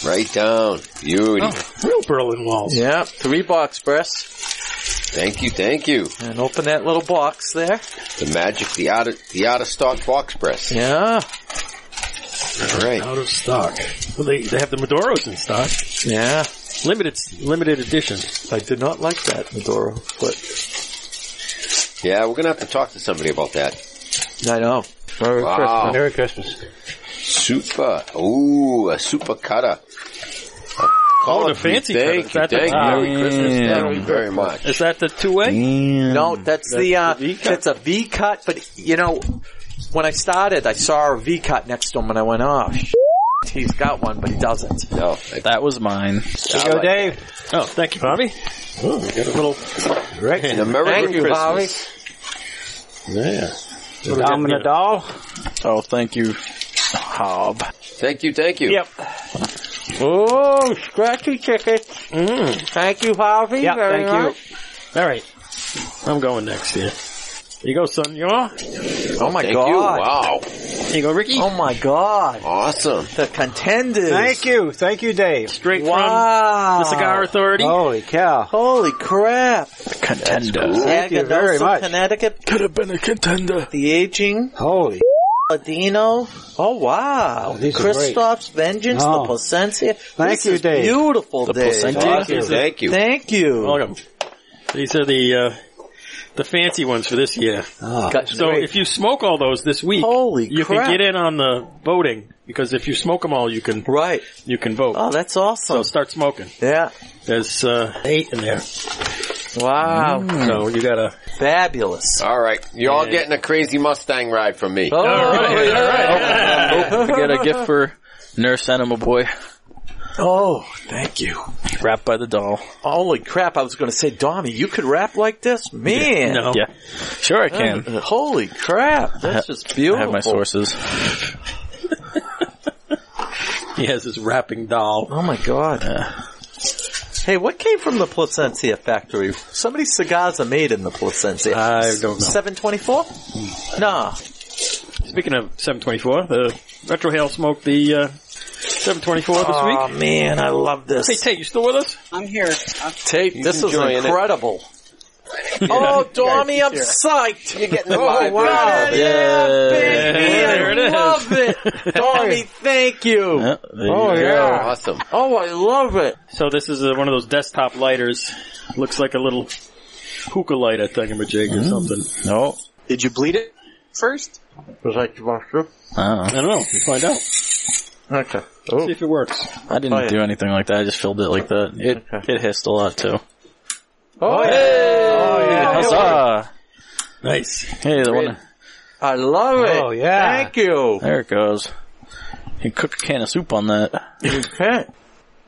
[SPEAKER 5] Right down. Beauty.
[SPEAKER 1] Real Berlin walls.
[SPEAKER 2] yeah, three box press.
[SPEAKER 5] Thank you, thank you.
[SPEAKER 2] And open that little box there.
[SPEAKER 5] The magic, the out of, the out of stock box press.
[SPEAKER 2] Yeah.
[SPEAKER 5] All right.
[SPEAKER 1] Out of stock. Well, they, they have the Maduros in stock.
[SPEAKER 2] Yeah.
[SPEAKER 1] Limited limited edition.
[SPEAKER 2] I did not like that, Medoro, but
[SPEAKER 5] Yeah, we're gonna have to talk to somebody about that.
[SPEAKER 2] I know. Merry
[SPEAKER 5] Wow.
[SPEAKER 4] Merry Christmas.
[SPEAKER 5] Super. Ooh, a super cutter.
[SPEAKER 1] Oh,
[SPEAKER 5] Call
[SPEAKER 1] the fancy
[SPEAKER 5] Thank
[SPEAKER 1] cutter.
[SPEAKER 5] you,
[SPEAKER 1] That's-
[SPEAKER 5] thank you.
[SPEAKER 1] ah.
[SPEAKER 5] Merry Christmas. Thank you very much.
[SPEAKER 1] Is that the two way?
[SPEAKER 3] Mm.
[SPEAKER 2] Christmas. No, that's, the, uh,
[SPEAKER 1] the V cut?
[SPEAKER 2] that's a V cut, but you know, when I started, I saw a V cut next to him and I went, oh, shit, he's got one, but he doesn't.
[SPEAKER 5] No, I,
[SPEAKER 3] That was mine.
[SPEAKER 4] Here you go, Dave.
[SPEAKER 1] Oh, thank you, Bobby.
[SPEAKER 5] and a Merry
[SPEAKER 2] Thank you,
[SPEAKER 5] Christmas.
[SPEAKER 2] Bobby.
[SPEAKER 4] Domina Doll.
[SPEAKER 3] Oh, thank you, Hob.
[SPEAKER 5] Thank you, thank you.
[SPEAKER 4] Yep.
[SPEAKER 2] Oh, scratchy tickets. Thank you, Harvey.
[SPEAKER 4] Yeah,
[SPEAKER 2] very
[SPEAKER 4] thank you.
[SPEAKER 2] much.
[SPEAKER 1] All right. I'm going next here. Here you go, son. You are?
[SPEAKER 2] Oh my
[SPEAKER 5] Thank
[SPEAKER 2] god.
[SPEAKER 5] you. Wow.
[SPEAKER 1] Here you go, Ricky.
[SPEAKER 2] Oh my god.
[SPEAKER 5] Awesome.
[SPEAKER 2] The contenders.
[SPEAKER 4] Thank you. Thank you, Dave.
[SPEAKER 1] Straight from
[SPEAKER 2] Wow.
[SPEAKER 1] the Cigar Authority.
[SPEAKER 4] Holy cow.
[SPEAKER 2] Holy crap.
[SPEAKER 3] Contender.
[SPEAKER 2] Thank
[SPEAKER 4] you very much.
[SPEAKER 2] Connecticut.
[SPEAKER 3] Could have been a contender.
[SPEAKER 2] The aging.
[SPEAKER 4] Holy.
[SPEAKER 2] Ladino. Oh wow.
[SPEAKER 4] Oh, these are great.
[SPEAKER 2] Christoph's Vengeance.
[SPEAKER 4] Oh.
[SPEAKER 2] The Placencia.
[SPEAKER 4] Thank
[SPEAKER 2] This
[SPEAKER 4] you,
[SPEAKER 2] is
[SPEAKER 4] Dave.
[SPEAKER 2] Beautiful,
[SPEAKER 3] The
[SPEAKER 2] Dave.
[SPEAKER 3] Placencia?
[SPEAKER 2] Thank you.
[SPEAKER 5] Thank you. Thank you.
[SPEAKER 2] Thank you.
[SPEAKER 1] Welcome. These are the uh, the fancy ones for this year.
[SPEAKER 2] Got-
[SPEAKER 1] So if you smoke all those this week,
[SPEAKER 2] Holy
[SPEAKER 1] you
[SPEAKER 2] crap.
[SPEAKER 1] can get in on the voting because if you smoke them all, you can
[SPEAKER 2] right.
[SPEAKER 1] you can vote.
[SPEAKER 2] Oh, that's
[SPEAKER 1] So
[SPEAKER 2] awesome.
[SPEAKER 1] start smoking.
[SPEAKER 2] yeah.
[SPEAKER 1] There's uh, eight in there,
[SPEAKER 2] Wow.
[SPEAKER 8] Hmm.
[SPEAKER 1] so you gotta.
[SPEAKER 2] Fabulous.
[SPEAKER 5] All right. You're all getting a crazy Mustang ride from me.
[SPEAKER 2] Oh,
[SPEAKER 1] right, all
[SPEAKER 2] yeah.
[SPEAKER 3] Get a gift for Nurse Animal Boy,
[SPEAKER 2] Oh, thank you.
[SPEAKER 3] wrapped by the doll.
[SPEAKER 2] Holy crap, I was gonna say, Donnie, you could rap like this? Man.
[SPEAKER 1] No,
[SPEAKER 3] Yeah, sure I can.
[SPEAKER 2] Uh, Holy crap, that's just beautiful.
[SPEAKER 3] I have my sources.
[SPEAKER 1] he has his wrapping doll.
[SPEAKER 2] Oh my god. Hey, what came from the Placencia factory? So many cigars are made in the Placencia.
[SPEAKER 1] I don't know.
[SPEAKER 2] 724? Nah.
[SPEAKER 1] Speaking of 724, the Retro Hale smoked the uh, 724 this
[SPEAKER 2] Oh
[SPEAKER 1] week.
[SPEAKER 8] Ah,
[SPEAKER 2] man, I love
[SPEAKER 1] Hey,
[SPEAKER 2] this.
[SPEAKER 1] Tate, you still with us?
[SPEAKER 7] I'm here. I'm
[SPEAKER 2] Tape, this is
[SPEAKER 5] enjoying it.
[SPEAKER 2] incredible. oh, Donnie, I'm psyched.
[SPEAKER 5] You're getting the vibe.
[SPEAKER 2] Wow.
[SPEAKER 5] right
[SPEAKER 2] Yeah,
[SPEAKER 1] There
[SPEAKER 2] baby,
[SPEAKER 1] it
[SPEAKER 2] I
[SPEAKER 1] is.
[SPEAKER 2] love it. Donnie, thank you.
[SPEAKER 3] Oh, Yeah, there you go.
[SPEAKER 5] now. Awesome.
[SPEAKER 2] Oh, I love it.
[SPEAKER 1] So this is uh, one of those desktop lighters. Looks like a little hookah lighter thingamajig
[SPEAKER 8] Hmm.
[SPEAKER 1] or something.
[SPEAKER 3] No,
[SPEAKER 10] Did you bleed it?
[SPEAKER 7] first.
[SPEAKER 2] Was that your mushroom?
[SPEAKER 3] I
[SPEAKER 1] I
[SPEAKER 3] don't know.
[SPEAKER 1] don't know. We'll find out.
[SPEAKER 2] Okay.
[SPEAKER 1] See if it works.
[SPEAKER 3] I didn't
[SPEAKER 2] Oh, yeah.
[SPEAKER 3] do anything like that. I just filled it like that. It
[SPEAKER 2] Okay.
[SPEAKER 3] it hissed a lot too.
[SPEAKER 2] Oh, yeah.
[SPEAKER 3] Huzzah!
[SPEAKER 1] Nice.
[SPEAKER 3] Hey, the one
[SPEAKER 2] I love it.
[SPEAKER 4] Oh, yeah.
[SPEAKER 2] Thank you.
[SPEAKER 3] there it goes. You can cook a can of soup on that.
[SPEAKER 2] Okay.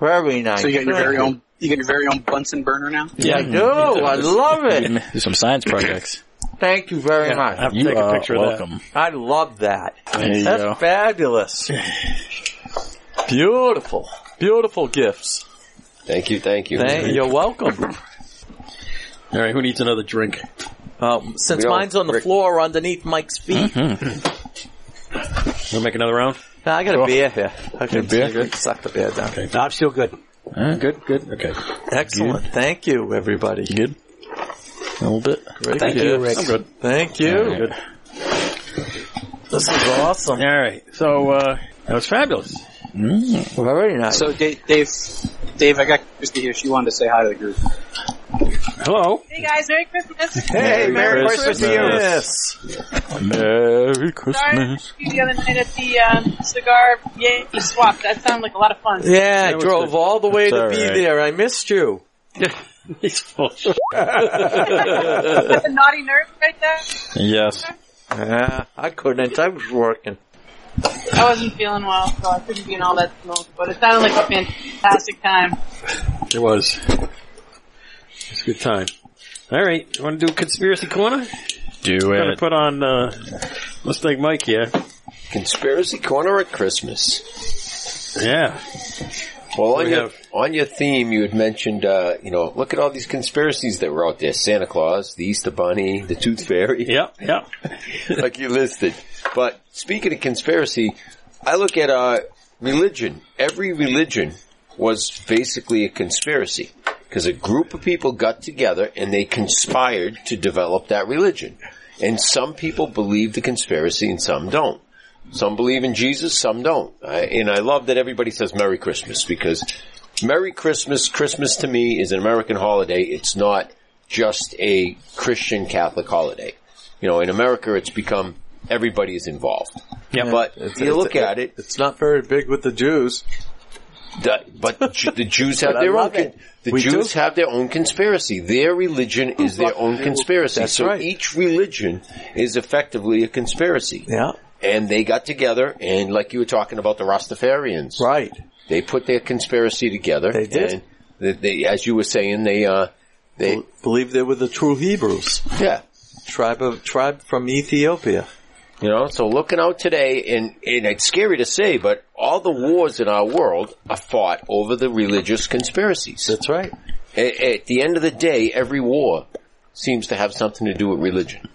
[SPEAKER 2] Very nice.
[SPEAKER 7] So you got your very
[SPEAKER 2] Thank
[SPEAKER 7] own. You got your very own Bunsen burner now.
[SPEAKER 2] you. Yeah, I do. I love it.
[SPEAKER 3] Do some science projects.
[SPEAKER 2] Thank you very
[SPEAKER 1] Yeah, I
[SPEAKER 2] much.
[SPEAKER 1] have to
[SPEAKER 3] You
[SPEAKER 1] take a
[SPEAKER 3] are
[SPEAKER 1] picture of that.
[SPEAKER 3] welcome.
[SPEAKER 2] I love that.
[SPEAKER 3] There you
[SPEAKER 2] That's
[SPEAKER 3] go.
[SPEAKER 2] fabulous. Beautiful. Beautiful gifts.
[SPEAKER 5] Thank you, thank you.
[SPEAKER 2] Thank, you're welcome.
[SPEAKER 8] All right, who needs another drink?
[SPEAKER 2] Um, since
[SPEAKER 5] We all-
[SPEAKER 2] mine's on the
[SPEAKER 5] Rick-
[SPEAKER 2] floor underneath Mike's feet.
[SPEAKER 8] We'll make another round.
[SPEAKER 2] Nah, I got a beer here. I can
[SPEAKER 3] beer?
[SPEAKER 2] suck the beer down.
[SPEAKER 4] No, I'm still good.
[SPEAKER 8] Good, good. Okay.
[SPEAKER 2] Excellent. Thank you, everybody.
[SPEAKER 3] You good? A little bit.
[SPEAKER 2] Thank
[SPEAKER 4] you, Rick.
[SPEAKER 2] I'm good. Thank you.
[SPEAKER 3] Good.
[SPEAKER 2] This is awesome.
[SPEAKER 8] All right. So uh, that was fabulous.
[SPEAKER 2] Very nice.
[SPEAKER 11] So Dave, Dave, Dave, I got Christy here. She wanted to say hi to the group.
[SPEAKER 8] Hello.
[SPEAKER 12] Hey guys, Merry Christmas.
[SPEAKER 2] Hey, Merry
[SPEAKER 3] Christmas.
[SPEAKER 2] Christmas.
[SPEAKER 3] Merry
[SPEAKER 12] Sorry I
[SPEAKER 3] Christmas.
[SPEAKER 12] missed you the other night at the um, cigar yay swap. That sounded like a lot of fun.
[SPEAKER 2] Yeah, I drove all the way
[SPEAKER 3] It's
[SPEAKER 2] to
[SPEAKER 3] all
[SPEAKER 2] be
[SPEAKER 3] right.
[SPEAKER 2] there. I missed you.
[SPEAKER 8] He's full. of shit.
[SPEAKER 12] the naughty nerve right there.
[SPEAKER 3] Yes.
[SPEAKER 2] Yeah, I couldn't. I was working.
[SPEAKER 12] I wasn't feeling well, so I couldn't be in all that smoke. But it sounded like a fantastic time.
[SPEAKER 8] It was. It's a good time. All right. You want to do a conspiracy corner?
[SPEAKER 3] Do
[SPEAKER 8] We're gonna
[SPEAKER 3] it.
[SPEAKER 8] put on uh, Mustang Mike here.
[SPEAKER 5] Conspiracy corner at Christmas.
[SPEAKER 8] Yeah.
[SPEAKER 5] Well, on
[SPEAKER 8] we
[SPEAKER 5] your,
[SPEAKER 8] have?
[SPEAKER 5] on your theme, you had mentioned, uh, you know, look at all these conspiracies that were out there. Santa Claus, the Easter Bunny, the Tooth Fairy,
[SPEAKER 8] Yep. Yep.
[SPEAKER 5] like you listed. But speaking of conspiracy, I look at, uh, religion. Every religion was basically a conspiracy. Because a group of people got together and they conspired to develop that religion. And some people believe the conspiracy and some don't. Some believe in Jesus, some don't. I, and I love that everybody says Merry Christmas because Merry Christmas, Christmas to me is an American holiday. It's not just a Christian Catholic holiday. You know, in America it's become everybody is involved.
[SPEAKER 8] Yeah.
[SPEAKER 5] But
[SPEAKER 2] It's-
[SPEAKER 5] you look
[SPEAKER 2] it's-
[SPEAKER 5] at it,
[SPEAKER 2] It's not very big with the Jews.
[SPEAKER 5] the, but Ju- the Jews have
[SPEAKER 2] But I
[SPEAKER 5] their own.
[SPEAKER 2] love
[SPEAKER 5] Con-
[SPEAKER 2] it.
[SPEAKER 5] the
[SPEAKER 2] We
[SPEAKER 5] Jews
[SPEAKER 2] do. Oh,
[SPEAKER 5] have their own conspiracy. Their religion is their own conspiracy.
[SPEAKER 2] That's
[SPEAKER 5] so
[SPEAKER 2] right.
[SPEAKER 5] each religion is effectively a conspiracy.
[SPEAKER 2] Yeah.
[SPEAKER 5] And they got together, and like you were talking about the Rastafarians,
[SPEAKER 2] Right.
[SPEAKER 5] they put their conspiracy together.
[SPEAKER 2] They did.
[SPEAKER 5] And they, they, as you were saying, they uh, they
[SPEAKER 2] Believe they were the true Hebrews.
[SPEAKER 5] yeah.
[SPEAKER 2] Tribe of tribe from Ethiopia.
[SPEAKER 5] You know, so looking out today, and, and it's scary to say, but all the wars in our world are fought over the religious conspiracies.
[SPEAKER 2] That's right.
[SPEAKER 5] At, at the end of the day, every war seems to have something to do with religion.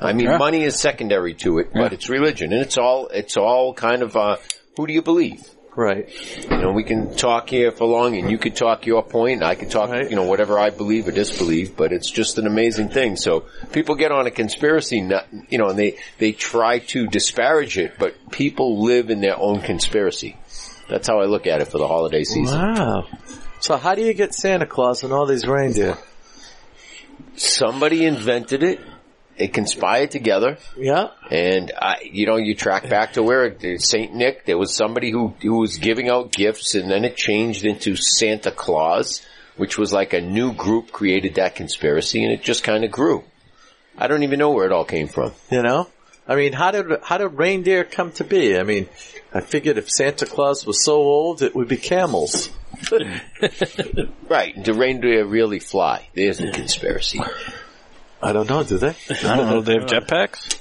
[SPEAKER 5] I mean, money is secondary to it, but it's religion, and it's all it's all kind of uh, who do you believe?
[SPEAKER 2] Right.
[SPEAKER 5] You know, we can talk here for long, and you could talk your point, and I could talk,
[SPEAKER 2] Right.
[SPEAKER 5] you know, whatever I believe or disbelieve. But it's just an amazing thing. So people get on a conspiracy, nut, you know, and they they try to disparage it, but people live in their own conspiracy. That's how I look at it for the holiday season.
[SPEAKER 2] Wow. So how do you get Santa Claus and all these reindeer?
[SPEAKER 5] somebody invented it. They conspired together,
[SPEAKER 2] Yeah.
[SPEAKER 5] and I, you know, you track back to where Saint Nick. There was somebody who who was giving out gifts, and then it changed into Santa Claus, which was like a new group created that conspiracy, and it just kind of grew. I don't even know where it all came from.
[SPEAKER 2] You know? I mean, how did how did reindeer come to be? I mean, I figured if Santa Claus was so old, it would be camels.
[SPEAKER 5] Right? Do reindeer really fly? There's the conspiracy.
[SPEAKER 2] I don't know, do they?
[SPEAKER 3] I don't know. They have jetpacks?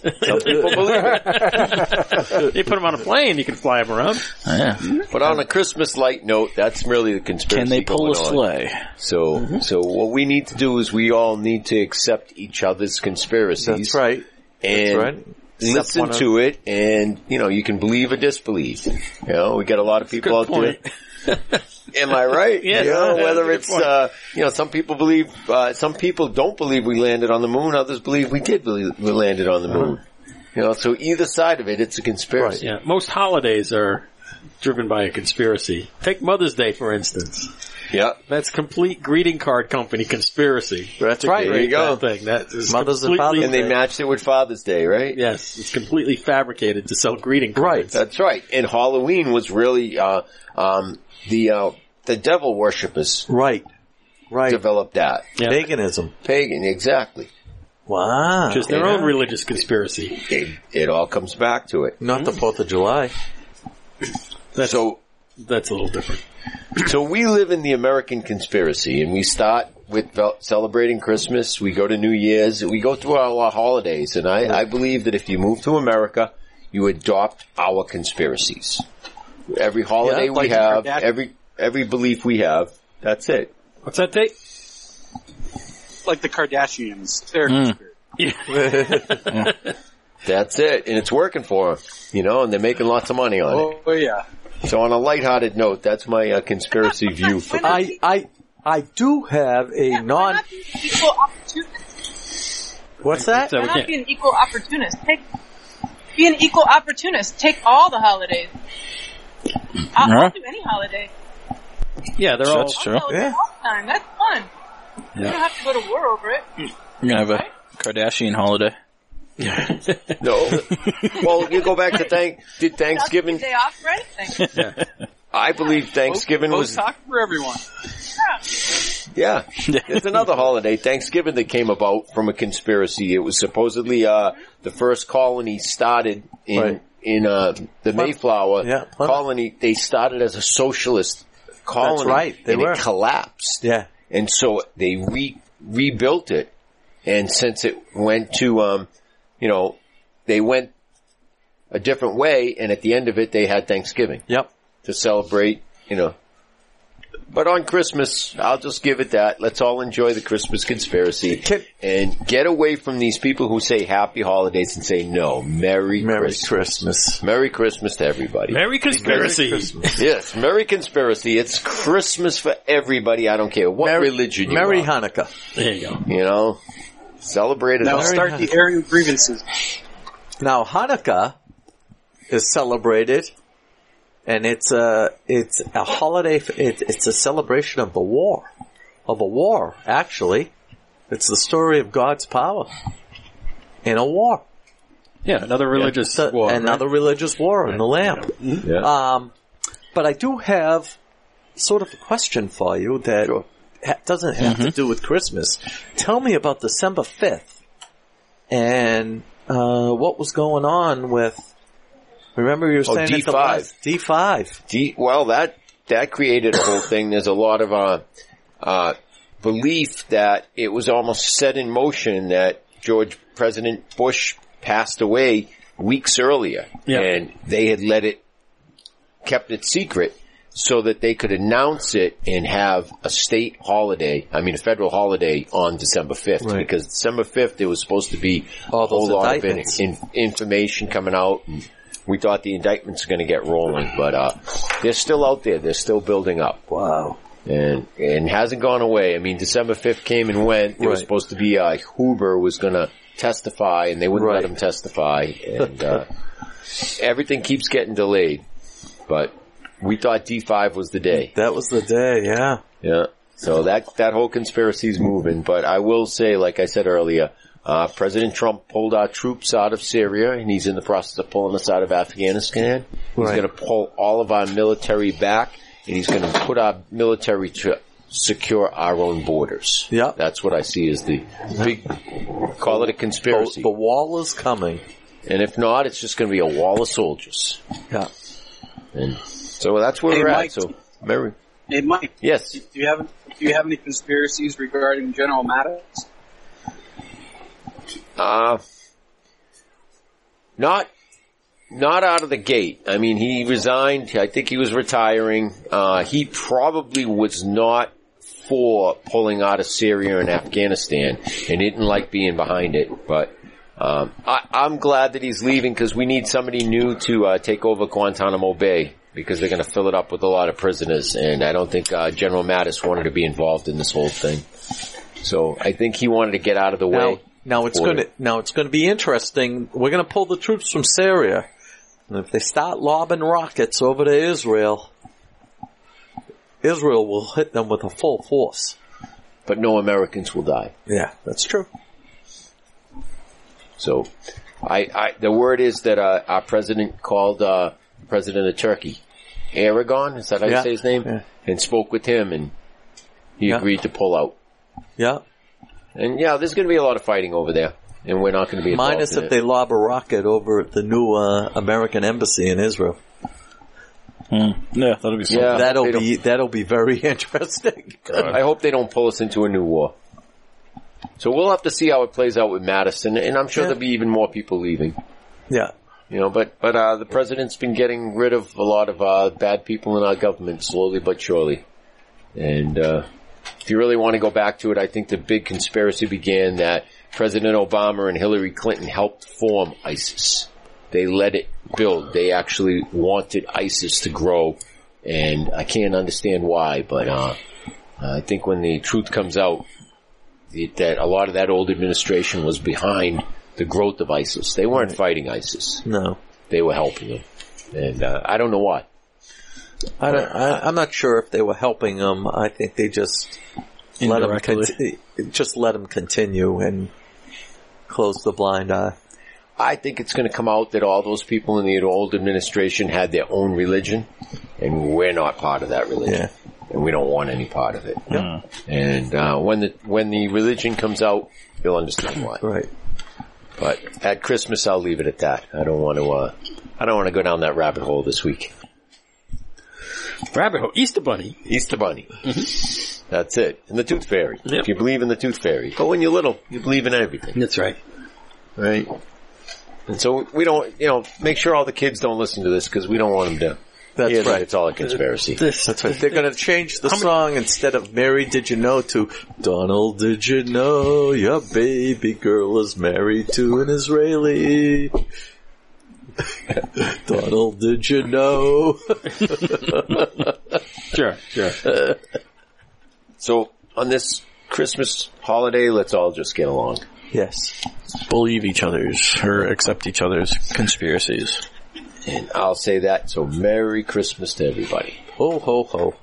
[SPEAKER 8] You put him on a plane, you can fly him around.
[SPEAKER 3] Yeah.
[SPEAKER 5] But on a Christmas light note, that's really the conspiracy.
[SPEAKER 3] Can they pull a
[SPEAKER 5] going on.
[SPEAKER 3] sleigh?
[SPEAKER 5] So,
[SPEAKER 2] Mm-hmm.
[SPEAKER 5] so what we need to do is we all need to accept each other's conspiracies.
[SPEAKER 2] That's right.
[SPEAKER 5] and
[SPEAKER 2] right.
[SPEAKER 5] listen
[SPEAKER 2] Except
[SPEAKER 5] to it, and you know you can believe or disbelieve. You know, we got a lot of people out there. Am I right?
[SPEAKER 8] Yes,
[SPEAKER 5] You know,
[SPEAKER 8] that's a
[SPEAKER 5] whether
[SPEAKER 8] good
[SPEAKER 5] it's
[SPEAKER 8] point.
[SPEAKER 5] uh, you know some people believe, uh, some people don't believe we landed on the moon. Others believe we did believe we landed on the moon.
[SPEAKER 2] Uh-huh.
[SPEAKER 5] You know, so either side of it, it's a conspiracy.
[SPEAKER 8] Yeah, most holidays are driven by a conspiracy. Take Mother's Day, for instance.
[SPEAKER 5] Yeah,
[SPEAKER 8] That's complete greeting card company conspiracy.
[SPEAKER 5] that's
[SPEAKER 2] right.
[SPEAKER 5] There you go.
[SPEAKER 8] That thing. That is
[SPEAKER 2] Mothers and
[SPEAKER 8] completely-
[SPEAKER 5] And they matched it with Father's Day, right?
[SPEAKER 8] Yes, it's completely fabricated to sell greeting cards.
[SPEAKER 5] That's right. And Halloween was really uh, um, the uh, the devil worshippers
[SPEAKER 2] Right. Right.
[SPEAKER 5] developed that
[SPEAKER 8] Yeah.
[SPEAKER 2] Paganism.
[SPEAKER 5] pagan exactly.
[SPEAKER 2] Wow.
[SPEAKER 8] Just their
[SPEAKER 5] Yeah.
[SPEAKER 8] own religious conspiracy.
[SPEAKER 5] it, it all comes back to it.
[SPEAKER 2] Not the 4th of July.
[SPEAKER 8] That's,
[SPEAKER 5] So,
[SPEAKER 8] that's a little different.
[SPEAKER 5] so we live in the American conspiracy and we start with fel- celebrating Christmas. We go to New Year's. We go through all our holidays. And I, I believe that if you move to America, you adopt our conspiracies. Every holiday we have, every, every belief we have, that's it.
[SPEAKER 8] What's that take?
[SPEAKER 7] like the Kardashians. They're
[SPEAKER 5] That's it, and it's working for them, you know, and they're making lots of money on
[SPEAKER 7] oh, oh, yeah.
[SPEAKER 5] it. So on a lighthearted note, that's my uh, conspiracy view for
[SPEAKER 2] I, I, I do have a non.
[SPEAKER 12] Equal opportunist.
[SPEAKER 2] What's that?
[SPEAKER 12] Why not be an equal opportunist? Take, be an equal opportunist. Take all the holidays. I'll, I'll
[SPEAKER 3] Yeah.
[SPEAKER 12] do any holiday.
[SPEAKER 1] Yeah, they're all.
[SPEAKER 3] That's true.
[SPEAKER 12] I'll
[SPEAKER 2] Yeah.
[SPEAKER 12] yeah. all the time. That's fun. You
[SPEAKER 3] Yeah.
[SPEAKER 12] don't have to go to war over it.
[SPEAKER 3] We're gonna have a Kardashian holiday.
[SPEAKER 5] No. well, you go back to thank did
[SPEAKER 12] I'll
[SPEAKER 5] Thanksgiving.
[SPEAKER 12] take a day off for anything.
[SPEAKER 5] I believe
[SPEAKER 2] Oh,
[SPEAKER 5] Thanksgiving was
[SPEAKER 7] Talk for everyone.
[SPEAKER 5] yeah. There's another holiday, Thanksgiving, that came about from a conspiracy. It was supposedly uh, the first colony started in
[SPEAKER 2] Right.
[SPEAKER 5] in uh, the Mayflower
[SPEAKER 2] Yeah, Plymouth.
[SPEAKER 5] colony. They started as a socialist colony,
[SPEAKER 2] right, they
[SPEAKER 5] and
[SPEAKER 2] were.
[SPEAKER 5] it collapsed.
[SPEAKER 2] Yeah.
[SPEAKER 5] and so they re- rebuilt it. And since it went to, um, you know, they went a different way, and at the end of it, they had Thanksgiving
[SPEAKER 2] Yep.
[SPEAKER 5] to celebrate, you know. But on Christmas, I'll just give it that. Let's all enjoy the Christmas conspiracy
[SPEAKER 2] Can-
[SPEAKER 5] and get away from these people who say happy holidays and say no, Merry,
[SPEAKER 2] Merry
[SPEAKER 5] Christmas.
[SPEAKER 2] Christmas.
[SPEAKER 5] Merry Christmas to everybody.
[SPEAKER 8] Merry conspiracy.
[SPEAKER 5] yes, Merry conspiracy. It's Christmas for everybody. I don't care what religion you
[SPEAKER 2] Merry
[SPEAKER 5] are.
[SPEAKER 2] Hanukkah.
[SPEAKER 8] There you go.
[SPEAKER 5] You know, celebrate it.
[SPEAKER 7] Now
[SPEAKER 5] all.
[SPEAKER 7] start the Aryan grievances.
[SPEAKER 2] Now Hanukkah is celebrated, and it's a it's a holiday. f- It, it's a celebration of the war, of a war. Actually, it's the story of God's power in a war.
[SPEAKER 1] Yeah, another religious
[SPEAKER 2] So-
[SPEAKER 1] war.
[SPEAKER 2] another religious war in the lamp. Um, but I do have sort of a question for you that ha- doesn't have
[SPEAKER 1] Mm-hmm.
[SPEAKER 2] to do with Christmas. Tell me about December fifth and uh, what was going on with. Remember, you were
[SPEAKER 5] Oh,
[SPEAKER 2] saying at the
[SPEAKER 5] D5.
[SPEAKER 2] last- D five.
[SPEAKER 5] De- well, that that created a whole thing. There's a lot of uh, uh, belief that it was almost set in motion that George President Bush passed away weeks earlier,
[SPEAKER 1] Yeah.
[SPEAKER 5] and they had let it kept it secret so that they could announce it and have a state holiday. I mean, a federal holiday on December fifth,
[SPEAKER 2] Right.
[SPEAKER 5] because December fifth there was supposed to be
[SPEAKER 2] All
[SPEAKER 5] a whole
[SPEAKER 2] those
[SPEAKER 5] lot of in,
[SPEAKER 2] indictments.
[SPEAKER 5] in, information coming out. And we thought the indictments were going to get rolling, but uh, they're still out there. They're still building up.
[SPEAKER 2] Wow.
[SPEAKER 5] And and hasn't gone away. I mean, December fifth came and went. It was
[SPEAKER 2] Right.
[SPEAKER 5] supposed to be uh, Hoover was going to testify, and they wouldn't
[SPEAKER 2] Right.
[SPEAKER 5] let him testify. And uh, everything keeps getting delayed. But we thought D five was the day.
[SPEAKER 2] That was the day. Yeah.
[SPEAKER 5] Yeah. So that that whole conspiracy's moving, but I will say, like I said earlier, uh, President Trump pulled our troops out of Syria, and he's in the process of pulling us out of Afghanistan. He's
[SPEAKER 2] Right.
[SPEAKER 5] going to pull all of our military back, and he's going to put our military to secure our own borders.
[SPEAKER 2] Yeah.
[SPEAKER 5] that's what I see as the big. Call it a
[SPEAKER 2] The,
[SPEAKER 5] conspiracy,
[SPEAKER 2] the wall is coming.
[SPEAKER 5] and if not, it's just going to be a wall of soldiers.
[SPEAKER 2] Yeah.
[SPEAKER 5] And so that's where
[SPEAKER 7] Hey,
[SPEAKER 5] we're
[SPEAKER 7] Mike.
[SPEAKER 5] at. So, Mary,
[SPEAKER 7] Hey, Mike,
[SPEAKER 5] yes,
[SPEAKER 7] do you have do you have any conspiracies regarding General Mattis?
[SPEAKER 5] Uh, not, not out of the gate. I mean, he resigned. I think he was retiring. Uh, he probably was not for pulling out of Syria and Afghanistan and didn't like being behind it, but. Um, I, I'm glad that he's leaving because we need somebody new to uh, take over Guantanamo Bay because they're going to fill it up with a lot of prisoners, and I don't think uh, General Mattis wanted to be involved in this whole thing. So I think he wanted to get out of the way.
[SPEAKER 2] Now, now it's
[SPEAKER 5] for
[SPEAKER 2] going to
[SPEAKER 5] it.
[SPEAKER 2] now it's going to be interesting. We're going to pull the troops from Syria, and if they start lobbing rockets over to Israel, Israel will hit them with a full force.
[SPEAKER 5] but no Americans will die.
[SPEAKER 2] Yeah, that's true.
[SPEAKER 5] So, I, I the word is that uh, our president called uh, president of Turkey, Aragon. Is that how
[SPEAKER 2] Yeah.
[SPEAKER 5] you say his name?
[SPEAKER 2] Yeah.
[SPEAKER 5] And spoke with him, and he
[SPEAKER 2] Yeah.
[SPEAKER 5] agreed to pull out.
[SPEAKER 2] Yeah,
[SPEAKER 5] And yeah, there's going to be a lot of fighting over there, and we're not going to be involved
[SPEAKER 2] minus
[SPEAKER 5] in
[SPEAKER 2] if
[SPEAKER 5] it.
[SPEAKER 2] they lob a rocket over the new uh, American embassy in Israel.
[SPEAKER 3] Yeah, that'll be something.
[SPEAKER 5] Yeah,
[SPEAKER 2] that'll
[SPEAKER 5] they don't-
[SPEAKER 2] be that'll be very interesting.
[SPEAKER 5] I hope they don't pull us into a new war. So we'll have to see how it plays out with Madison, and I'm sure
[SPEAKER 2] Yeah.
[SPEAKER 5] there'll be even more people leaving.
[SPEAKER 2] yeah,
[SPEAKER 5] You know, but but uh, the president's been getting rid of a lot of uh, bad people in our government slowly but surely, and uh, If you really want to go back to it, I think the big conspiracy began that President Obama and Hillary Clinton helped form ISIS. They let it build. They actually wanted ISIS to grow, and I can't understand why, but uh, I think when the truth comes out, it, that a lot of that old administration was behind the growth of ISIS. They weren't fighting ISIS.
[SPEAKER 2] No.
[SPEAKER 5] They were helping them. And uh, I don't know why.
[SPEAKER 2] I don't, I, I'm not sure if they were helping them. I think they just let them
[SPEAKER 3] Indirectly.
[SPEAKER 2] just let them continue and close the blind eye.
[SPEAKER 5] I think it's going to come out that all those people in the old administration had their own religion, and we're not part of that religion, and we don't want any part of it. And uh, when the when the religion comes out, you'll understand why.
[SPEAKER 2] Right.
[SPEAKER 5] But at Christmas, I'll leave it at that. I don't want to. Uh, I don't want to go down that rabbit hole this week.
[SPEAKER 1] Rabbit hole. Easter bunny. Mm-hmm.
[SPEAKER 5] Easter Bunny. That's it. And the Tooth Fairy. If you believe in the Tooth Fairy, but when you're little, you believe in everything.
[SPEAKER 4] That's right.
[SPEAKER 5] Right. And so we don't, you know, make sure all the kids don't listen to this because we don't want them to.
[SPEAKER 2] That's
[SPEAKER 5] hear that
[SPEAKER 2] right.
[SPEAKER 5] It's all a conspiracy.
[SPEAKER 2] That's right. They're going to change the song instead of "Mary, did you know?" to "Donald, did you know your baby girl is married to an Israeli?" Donald, did you know?
[SPEAKER 1] Sure, sure.
[SPEAKER 5] So on this Christmas holiday, let's all just get along.
[SPEAKER 2] yes.
[SPEAKER 3] Believe each other's or accept each other's conspiracies.
[SPEAKER 5] And I'll say that. So Merry Christmas to everybody.
[SPEAKER 2] Ho ho ho.
[SPEAKER 5] We'll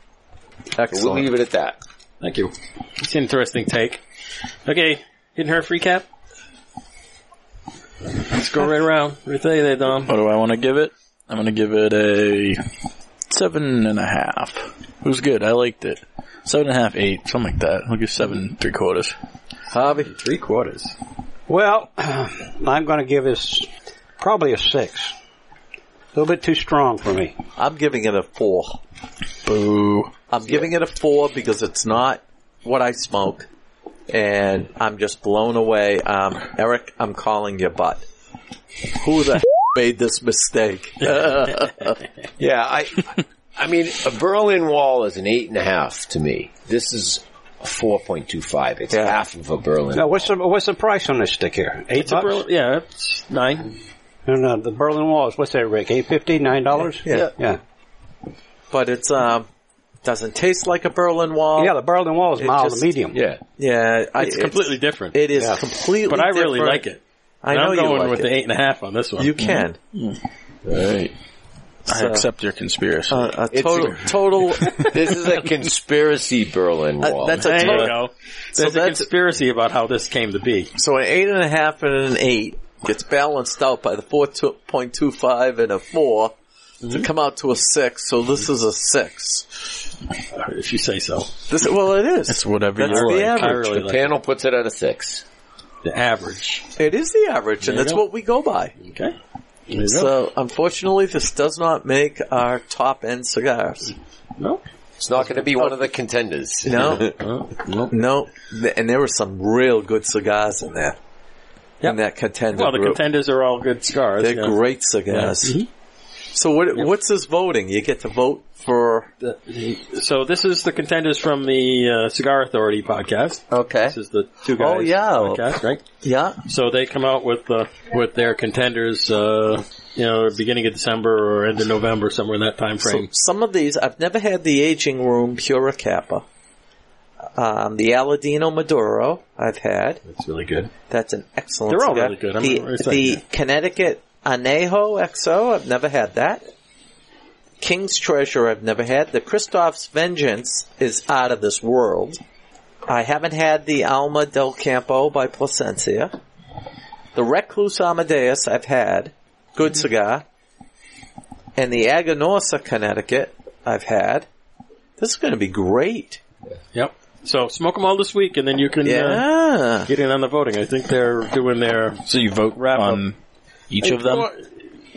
[SPEAKER 2] Excellent.
[SPEAKER 5] leave it at that.
[SPEAKER 1] Thank you. It's an interesting take. Okay, hitting her free cap. Let's go right around. What do you think there, Dom?
[SPEAKER 3] What do I want to give it? I'm going to give it a seven and a half. It was good. I liked it. Seven and a half, eight, something like that. I'll give seven three quarters.
[SPEAKER 2] Hobby.
[SPEAKER 1] Three quarters.
[SPEAKER 4] Well, I'm going to give this probably a six. A little bit too strong for me.
[SPEAKER 2] I'm giving it a four.
[SPEAKER 3] Boo.
[SPEAKER 2] I'm giving it a four because it's not what I smoke, and I'm just blown away. Um, Eric, I'm calling your butt. Who the made this mistake?
[SPEAKER 5] Yeah, I, I mean, a Berlin Wall is an eight and a half to me. This is a four point two five. It's half of a Berlin.
[SPEAKER 4] Now, what's the what's the price on this stick here? Eight
[SPEAKER 1] It's a
[SPEAKER 4] bucks.
[SPEAKER 1] Berlin, yeah, it's nine.
[SPEAKER 4] no, no, the Berlin Walls. What's that, Rick? Eight fifty, nine dollars.
[SPEAKER 2] Yeah.
[SPEAKER 4] yeah,
[SPEAKER 2] but it's um doesn't taste like a Berlin Wall.
[SPEAKER 4] yeah. The Berlin Wall is mild
[SPEAKER 2] just-
[SPEAKER 4] to medium.
[SPEAKER 5] Yeah,
[SPEAKER 2] yeah. I,
[SPEAKER 1] It's completely different.
[SPEAKER 2] It is
[SPEAKER 4] Yeah.
[SPEAKER 2] completely.
[SPEAKER 1] but I really
[SPEAKER 2] different.
[SPEAKER 1] like it.
[SPEAKER 2] I
[SPEAKER 1] And
[SPEAKER 2] know
[SPEAKER 1] I'm
[SPEAKER 2] you
[SPEAKER 1] going
[SPEAKER 2] like
[SPEAKER 1] with
[SPEAKER 2] it.
[SPEAKER 1] the eight and a half on this one.
[SPEAKER 2] You can.
[SPEAKER 3] I
[SPEAKER 5] right.
[SPEAKER 2] So-
[SPEAKER 3] accept your conspiracy.
[SPEAKER 2] Uh, a total, total.
[SPEAKER 5] This is a conspiracy Berlin
[SPEAKER 2] Uh,
[SPEAKER 5] Wall.
[SPEAKER 2] that's a
[SPEAKER 1] There you
[SPEAKER 2] total.
[SPEAKER 1] go. There's a
[SPEAKER 2] that's-
[SPEAKER 1] conspiracy about how this came to be.
[SPEAKER 2] So an eight and a half and an eight gets balanced out by the four point two five and a 4
[SPEAKER 1] Mm-hmm.
[SPEAKER 2] to come out to a six. So this is a six.
[SPEAKER 1] If you say so.
[SPEAKER 2] This well, it is.
[SPEAKER 3] it's whatever
[SPEAKER 2] That's
[SPEAKER 3] you
[SPEAKER 2] the
[SPEAKER 3] like.
[SPEAKER 1] I
[SPEAKER 2] average.
[SPEAKER 1] really
[SPEAKER 5] the
[SPEAKER 1] like
[SPEAKER 5] panel puts it at a six.
[SPEAKER 1] the average.
[SPEAKER 2] It is the average, and
[SPEAKER 1] There you
[SPEAKER 2] that's
[SPEAKER 1] go.
[SPEAKER 2] what we go by.
[SPEAKER 1] Okay. There you go.
[SPEAKER 2] So unfortunately, this does not make our top end cigars.
[SPEAKER 1] No.
[SPEAKER 5] It's not going to be one of the contenders.
[SPEAKER 2] No,
[SPEAKER 1] Oh, no.
[SPEAKER 2] no, Th- and there were some real good cigars in there.
[SPEAKER 1] Yep.
[SPEAKER 2] In that contender
[SPEAKER 1] Well, the
[SPEAKER 2] group.
[SPEAKER 1] contenders are all good scars.
[SPEAKER 2] They're
[SPEAKER 1] yeah. Mm-hmm.
[SPEAKER 2] great cigars. So what, what's this voting? You get to vote for
[SPEAKER 1] So this is the contenders from the uh, Cigar Authority podcast.
[SPEAKER 2] okay,
[SPEAKER 1] This is the two guys.
[SPEAKER 2] Oh, yeah.
[SPEAKER 1] podcast, right?
[SPEAKER 2] yeah,
[SPEAKER 1] So they come out with uh, with their contenders, uh, you know, beginning of December or end of November, somewhere in that time
[SPEAKER 2] So
[SPEAKER 1] frame.
[SPEAKER 2] some of these, I've never had the aging room Pura Kappa. Um, the Aladino Maduro, I've had.
[SPEAKER 1] It's really good.
[SPEAKER 2] That's an excellent.
[SPEAKER 1] They're all
[SPEAKER 2] cigar.
[SPEAKER 1] really good. I'm
[SPEAKER 2] the
[SPEAKER 1] not- it's like-
[SPEAKER 2] the Connecticut Anejo XO, I've never had that. King's Treasure, I've never had. The Christoph's Vengeance is out of this world. I haven't had the Alma del Campo by Placencia. The Recluse Amadeus, I've had. Good
[SPEAKER 1] Mm-hmm.
[SPEAKER 2] cigar. And the Aganorsa, Connecticut, I've had. This is going to be great.
[SPEAKER 1] Yep. So smoke them all this week, and then you can uh,
[SPEAKER 2] Yeah.
[SPEAKER 1] get in on the voting. I think they're doing their
[SPEAKER 3] So you vote
[SPEAKER 1] Wrap up.
[SPEAKER 3] on each of
[SPEAKER 1] uh,
[SPEAKER 3] them?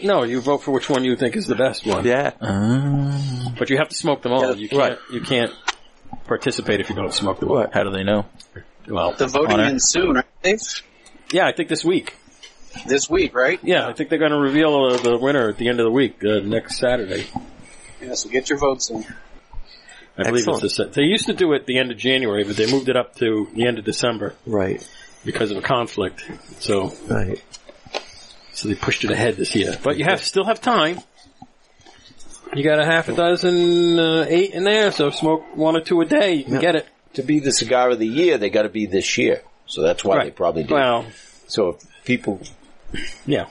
[SPEAKER 1] No, you vote for which one you think is the best one.
[SPEAKER 2] Yeah.
[SPEAKER 3] Uh,
[SPEAKER 1] But you have to smoke them all.
[SPEAKER 2] Yeah,
[SPEAKER 1] you can't.
[SPEAKER 2] right.
[SPEAKER 1] You can't participate if you don't smoke them. all.
[SPEAKER 2] What?
[SPEAKER 3] How do they know?
[SPEAKER 1] Well,
[SPEAKER 7] The voting
[SPEAKER 3] Honor.
[SPEAKER 7] ends soon, right, Dave?
[SPEAKER 1] yeah, I think this week.
[SPEAKER 7] This week, right?
[SPEAKER 1] Yeah, I think they're going to reveal uh, the winner at the end of the week, uh, next Saturday.
[SPEAKER 7] Yeah, so get your votes in.
[SPEAKER 1] I believe
[SPEAKER 2] Excellent.
[SPEAKER 1] it's the se- They used to do it the end of January, but they moved it up to the end of December
[SPEAKER 2] Right.
[SPEAKER 1] because of a conflict. So,
[SPEAKER 2] Right.
[SPEAKER 1] so they pushed it ahead this year. But you have still have time. You got a half a dozen, uh, eight in there, so smoke one or two a day. You can get it.
[SPEAKER 5] To be the cigar of the year, they got to be this year. So that's why they
[SPEAKER 1] Right.
[SPEAKER 5] probably do.
[SPEAKER 1] Well,
[SPEAKER 5] so if people
[SPEAKER 1] yeah.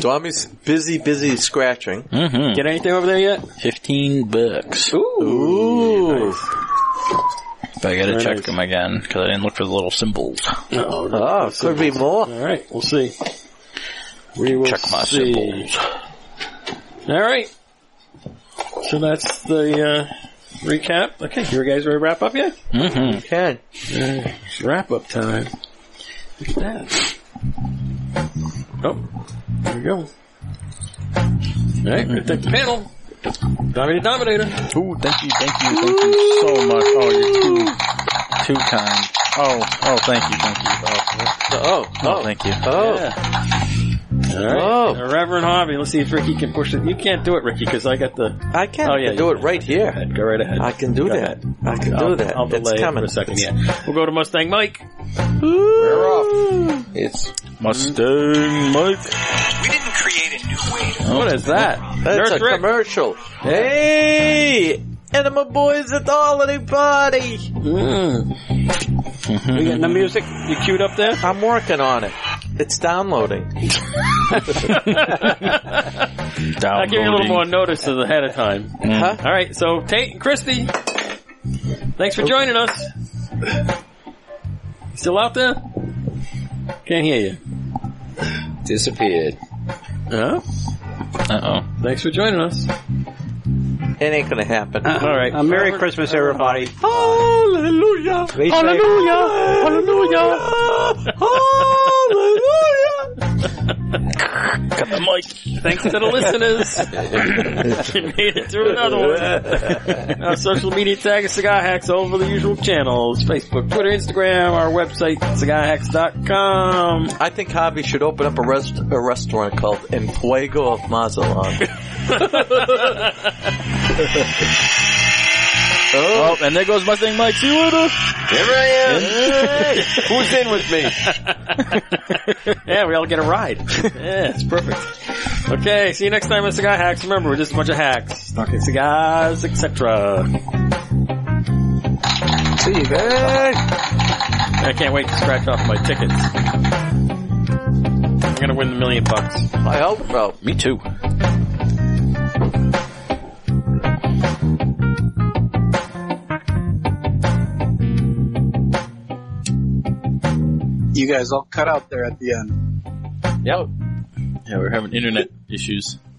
[SPEAKER 2] Tommy's busy, busy scratching.
[SPEAKER 3] Mm-hmm.
[SPEAKER 1] Get anything over there yet?
[SPEAKER 3] Fifteen bucks.
[SPEAKER 2] Ooh.
[SPEAKER 3] But I gotta
[SPEAKER 1] Very
[SPEAKER 3] check
[SPEAKER 1] nice.
[SPEAKER 3] them again because I didn't look for the little symbols.
[SPEAKER 2] Oh, could be more.
[SPEAKER 1] All right, we'll see. We will
[SPEAKER 3] Check my
[SPEAKER 1] see.
[SPEAKER 3] symbols.
[SPEAKER 1] All right. So that's the uh, recap. Okay, you guys ready to wrap up yet?
[SPEAKER 3] Mm-hmm.
[SPEAKER 2] Can.
[SPEAKER 1] Yeah, it's wrap up time. Look at that. Oh, there we go. All right, we're gonna take the panel. Dominator, Dominator.
[SPEAKER 3] Ooh, thank you, thank you, thank you so much. Oh, you're too, too kind. Oh, oh, thank you, thank you. Oh,
[SPEAKER 2] Oh,
[SPEAKER 3] oh, thank you.
[SPEAKER 1] uh,
[SPEAKER 2] oh.
[SPEAKER 1] All right,
[SPEAKER 2] Oh.
[SPEAKER 1] Now, Reverend Harvey. Let's see if Ricky can push it. You can't do it, Ricky, because I got the.
[SPEAKER 2] I can
[SPEAKER 1] Oh, yeah,
[SPEAKER 2] do
[SPEAKER 1] you
[SPEAKER 2] it right here.
[SPEAKER 1] Go right ahead.
[SPEAKER 2] I can do
[SPEAKER 1] Go
[SPEAKER 2] that. I can
[SPEAKER 1] I'll,
[SPEAKER 2] do that.
[SPEAKER 1] I'll delay
[SPEAKER 2] it's
[SPEAKER 1] it
[SPEAKER 2] coming
[SPEAKER 1] for a second. Yeah, we'll go to Mustang Mike.
[SPEAKER 5] wear off, it's
[SPEAKER 3] Mustang Mike.
[SPEAKER 2] What is that? Oh. That's
[SPEAKER 1] Nurse
[SPEAKER 2] a
[SPEAKER 1] Rick.
[SPEAKER 2] commercial. Hey, Enema Boys at the holiday party.
[SPEAKER 1] You getting the music? Mm. You queued up there?
[SPEAKER 2] I'm working on it. It's downloading.
[SPEAKER 1] I'll give you a little more notice ahead of time.
[SPEAKER 3] Mm.
[SPEAKER 2] Huh?
[SPEAKER 1] All right, so Tate and Christy, thanks for joining us. Still out there? Can't hear you.
[SPEAKER 5] disappeared.
[SPEAKER 1] Huh?
[SPEAKER 3] Uh oh.
[SPEAKER 1] Thanks for joining us.
[SPEAKER 2] It ain't gonna happen.
[SPEAKER 1] All right.
[SPEAKER 4] Uh, Merry Christmas, everybody.
[SPEAKER 2] Hallelujah!
[SPEAKER 4] Be safe.
[SPEAKER 1] Hallelujah!
[SPEAKER 2] Hallelujah!
[SPEAKER 3] Cut the mic.
[SPEAKER 1] Thanks to the listeners. you made it through another one. Our social media tag is Cigar Hacks over the usual channels Facebook, Twitter, Instagram, our website, cigarhacks.com.
[SPEAKER 2] I think Javi should open up a, rest- a restaurant called Empuego of Mazatlan.
[SPEAKER 3] Oh, and there goes Mustang Mike. See you later.
[SPEAKER 5] Here I am. Who's in with me?
[SPEAKER 1] yeah, we all get a ride. Yeah, it's perfect. Okay, see you next time on Cigar Hacks. Remember, we're just a bunch of hacks. Talking cigars, etc.
[SPEAKER 2] See you guys.
[SPEAKER 1] I can't wait to scratch off my tickets. I'm gonna win the million bucks.
[SPEAKER 2] I hope so.
[SPEAKER 3] Me too.
[SPEAKER 13] You guys all cut out there at the end.
[SPEAKER 3] Yeah, we're having internet issues.